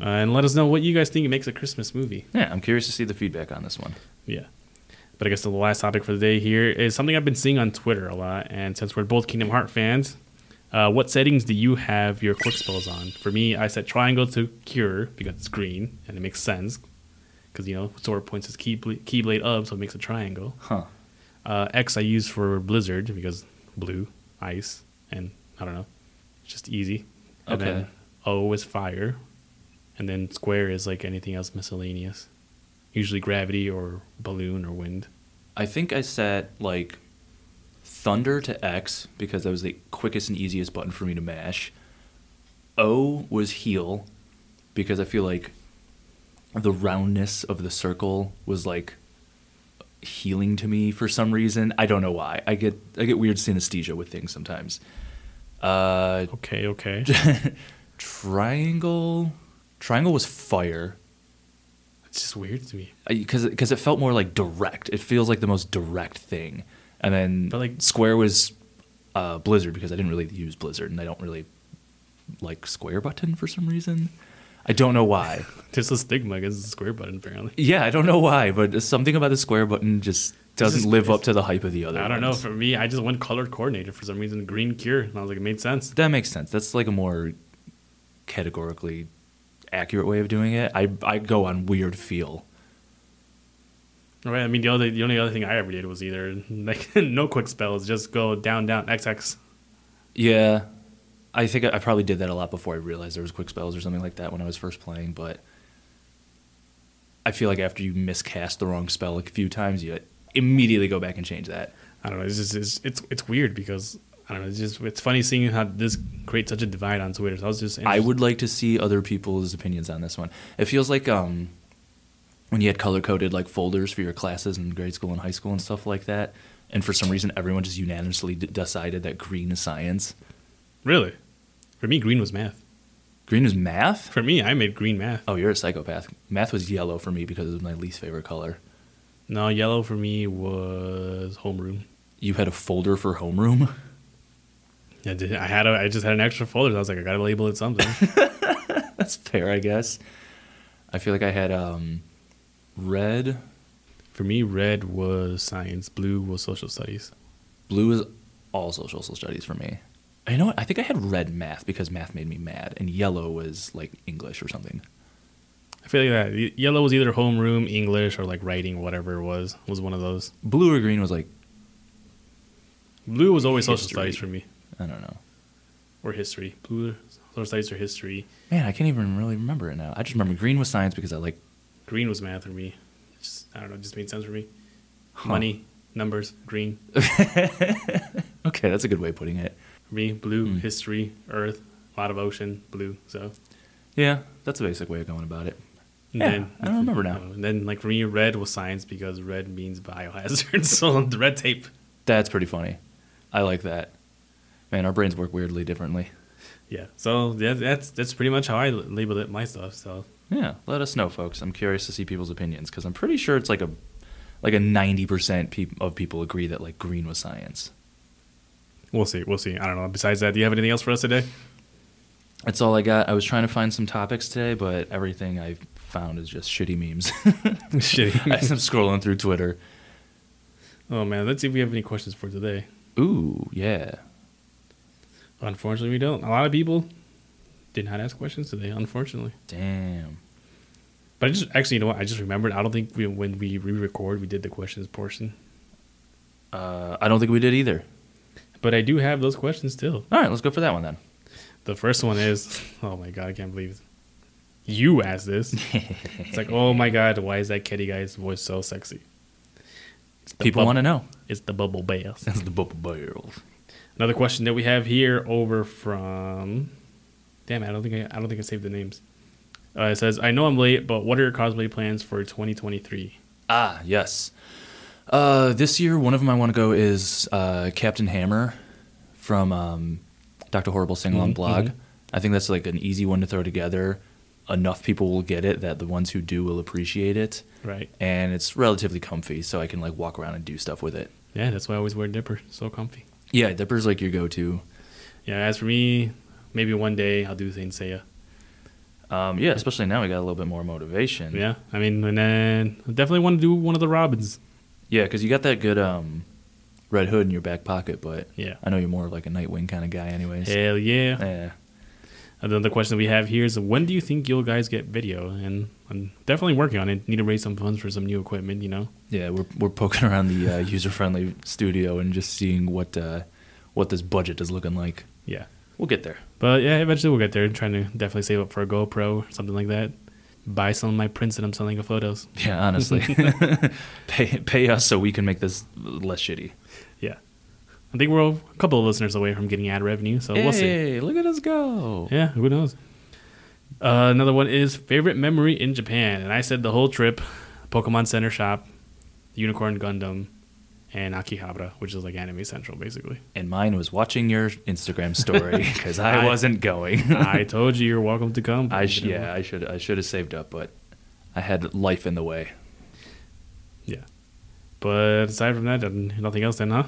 Speaker 1: Uh, and let us know what you guys think makes a Christmas movie.
Speaker 2: Yeah, I'm curious to see the feedback on this one.
Speaker 1: Yeah. But I guess the last topic for the day here is something I've been seeing on Twitter a lot. And since we're both Kingdom Heart fans, uh, what settings do you have your quick spells on? For me, I set triangle to cure because it's green and it makes sense. Because, you know, sword points is key ble- keyblade up, so it makes a triangle.
Speaker 2: Huh.
Speaker 1: Uh, X I use for Blizzard because blue, ice, and I don't know. It's just easy. And then
Speaker 2: Okay.
Speaker 1: O is fire. And then square is like anything else miscellaneous. Usually gravity or balloon or wind.
Speaker 2: I think I set like thunder to X because that was the quickest and easiest button for me to mash. O was heal because I feel like the roundness of the circle was like healing to me for some reason. I don't know why. I get I get weird synesthesia with things sometimes. Uh
Speaker 1: Okay, okay.
Speaker 2: triangle triangle was fire
Speaker 1: it's just weird to me.
Speaker 2: because because it felt more like direct. It feels like the most direct thing. And then
Speaker 1: But, like-
Speaker 2: Square was uh, Blizzard because I didn't really use Blizzard and I don't really like Square button for some reason. I don't know why.
Speaker 1: There's a stigma against the square button, apparently.
Speaker 2: yeah, I don't know why, but something about the Square button just doesn't
Speaker 1: just-
Speaker 2: live up to the hype of the other.
Speaker 1: I don't know.
Speaker 2: ones.
Speaker 1: For me, I just went color coordinated for some reason. Green cure. And I was like, it made sense.
Speaker 2: that makes sense. That's like a more categorically accurate way of doing it. I I go on weird feel.
Speaker 1: Right. I mean, the other, the only other thing I ever did was either like no quick spells, just go down, down, XX.
Speaker 2: Yeah, I think I I probably did that a lot before I realized there was quick spells or something like that when I was first playing. But I feel like after you miscast the wrong spell a few times, you immediately go back and change that.
Speaker 1: I don't know. It's just it's it's, it's weird because I don't know. It's just it's funny seeing how this creates such a divide on Twitter. So I was just
Speaker 2: I would like to see other people's opinions on this one. It feels like um, when you had color coded like folders for your classes in grade school and high school and stuff like that, and for some reason everyone just unanimously d- decided that green is science.
Speaker 1: really. For me, green was math.
Speaker 2: Green is math.
Speaker 1: For me, I made green math.
Speaker 2: Oh, you're a psychopath. Math was yellow for me because it was my least favorite color.
Speaker 1: No, yellow for me was homeroom.
Speaker 2: you had a folder for homeroom.
Speaker 1: I did. I had a. I just had an extra folder. I was like, I gotta label it something.
Speaker 2: That's fair, I guess. I feel like I had um, red,
Speaker 1: for me, red was science. Blue was social studies.
Speaker 2: blue is all social studies for me. You know what? I think I had red math because math made me mad, and yellow was like English or something.
Speaker 1: I feel like that y- yellow was either homeroom, English, or like writing, whatever it was. Was one of those.
Speaker 2: Blue or green was like
Speaker 1: Blue was always social
Speaker 2: History.
Speaker 1: studies for me,
Speaker 2: I don't know.
Speaker 1: or history. Blue social studies or history.
Speaker 2: Man, I can't even really remember it now. I just remember green was science because I like
Speaker 1: green was math for me. Just, I don't know, it just made sense for me. Money, numbers, green.
Speaker 2: okay, that's a good way of putting it.
Speaker 1: For me, blue,
Speaker 2: Hmm.
Speaker 1: history, earth, a lot of ocean, blue. So,
Speaker 2: Yeah, that's a basic way of going about it.
Speaker 1: and
Speaker 2: Yeah,
Speaker 1: then,
Speaker 2: I don't remember now.
Speaker 1: And then, like, for me, red was science because red means biohazard. so, the red tape.
Speaker 2: That's pretty funny. I like that. Man, our brains work weirdly differently.
Speaker 1: Yeah. So, yeah, that's that's pretty much how I l- labeled it, my stuff. So,
Speaker 2: Yeah, let us know, folks. I'm curious to see people's opinions because I'm pretty sure it's like a like a 90% peop of people agree that like green was science.
Speaker 1: we'll see. We'll see. I don't know. Besides that, do you have anything else for us today?
Speaker 2: That's all I got. I was trying to find some topics today, but everything I found is just shitty memes.
Speaker 1: Shitty.
Speaker 2: As I'm scrolling through Twitter.
Speaker 1: oh, man. Let's see if we have any questions for today.
Speaker 2: Ooh, yeah.
Speaker 1: Unfortunately, we don't. A lot of people did not ask questions today, unfortunately.
Speaker 2: Damn.
Speaker 1: But I just actually, you know what? I just remembered. I don't think we, when we re-record, we did the questions portion.
Speaker 2: Uh, I don't think we did either.
Speaker 1: But I do have those questions still.
Speaker 2: All right, let's go for that one then.
Speaker 1: The first one is, oh my god, I can't believe you asked this. it's like, oh my god, why is that kitty guy's voice so sexy? It's the
Speaker 2: People
Speaker 1: bub-
Speaker 2: want to know.
Speaker 1: It's the bubble bass.
Speaker 2: That's the bubble barrels.
Speaker 1: Another question that we have here over from, damn, it, I don't think I, I don't think I saved the names. Uh, it says, I know I'm late, but what are your cosplay plans for 2023?
Speaker 2: Ah, yes. Uh, this year, one of them I want to go is uh, Captain Hammer
Speaker 1: Mm-hmm,
Speaker 2: from um, Dr. Horrible Sing Along blog. I think that's like an easy one to throw together. enough people will get it that the ones who do will appreciate it.
Speaker 1: Right.
Speaker 2: And it's relatively comfy, so I can like walk around and do stuff with it.
Speaker 1: Yeah, that's why I always wear Dipper. So comfy.
Speaker 2: Yeah, Dipper's like your go-to.
Speaker 1: Yeah, as for me, maybe one day I'll do Saint Seiya.
Speaker 2: Um, yeah, especially now we got a little bit more motivation.
Speaker 1: Yeah, I mean, and then I definitely want to do one of the Robins.
Speaker 2: Yeah, because you got that good um, Red Hood in your back pocket, but
Speaker 1: Yeah.
Speaker 2: I know you're more of like a Nightwing kind of guy, anyways.
Speaker 1: Hell yeah.
Speaker 2: Yeah.
Speaker 1: Another question we have here is when do you think you'll guys get video? And I'm definitely working on it. Need to raise some funds for some new equipment, you know?
Speaker 2: Yeah, we're we're poking around the uh, user-friendly studio and just seeing what uh, what this budget is looking like.
Speaker 1: Yeah.
Speaker 2: We'll get there.
Speaker 1: But yeah, eventually we'll get there. trying to definitely save up for a GoPro or something like that. Buy some of my prints that I'm selling of photos.
Speaker 2: Yeah, honestly, pay pay us so we can make this less shitty.
Speaker 1: Yeah. I think we're a couple of listeners away from getting ad revenue, so we'll see.
Speaker 2: Hey, look at us go!
Speaker 1: Yeah, who knows? Uh, another one is favorite memory in Japan, and I said the whole trip, Pokemon Center shop, Unicorn Gundam, and Akihabara, which is like Anime Central, basically.
Speaker 2: And mine was watching your Instagram story because I,
Speaker 1: I-
Speaker 2: wasn't going.
Speaker 1: I told you you're welcome to come.
Speaker 2: I sh- yeah, I should I should have saved up, but I had life in the way.
Speaker 1: yeah. But aside from that, and nothing else then, huh?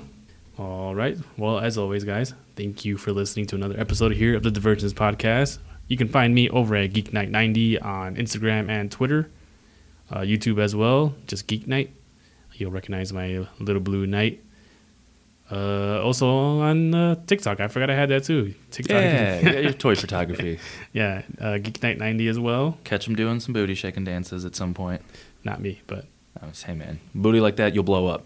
Speaker 1: All right. Well, as always, guys, thank you for listening to another episode here of the Divergence Podcast. You can find me over at Geek Night 90 on Instagram and Twitter, uh, YouTube as well, just Geek Night. You'll recognize my little blue knight. Uh, also on uh, TikTok. I forgot I had that too. TikTok.
Speaker 2: Yeah, you got your toy photography.
Speaker 1: yeah. Uh, Geek Night 90 as well.
Speaker 2: Catch him doing some booty shaking dances at some point.
Speaker 1: Not me, but
Speaker 2: I was, hey man, booty like that, you'll blow up.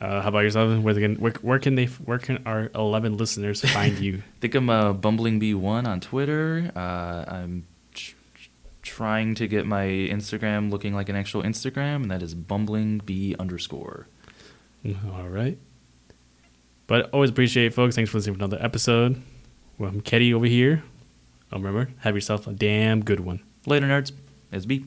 Speaker 1: Uh, how about yourself? Where, they can, where, where can they? Where can our eleven listeners find you?
Speaker 2: think I'm a bumbling bee one on Twitter. Uh, I'm tr- tr- trying to get my Instagram looking like an actual Instagram, and that is bumbling bee underscore.
Speaker 1: All right. But always appreciate it, folks. Thanks for listening to another episode. Well, I'm Ketty over here. Um, remember, have yourself a damn good one.
Speaker 2: Later, nerds. It's B.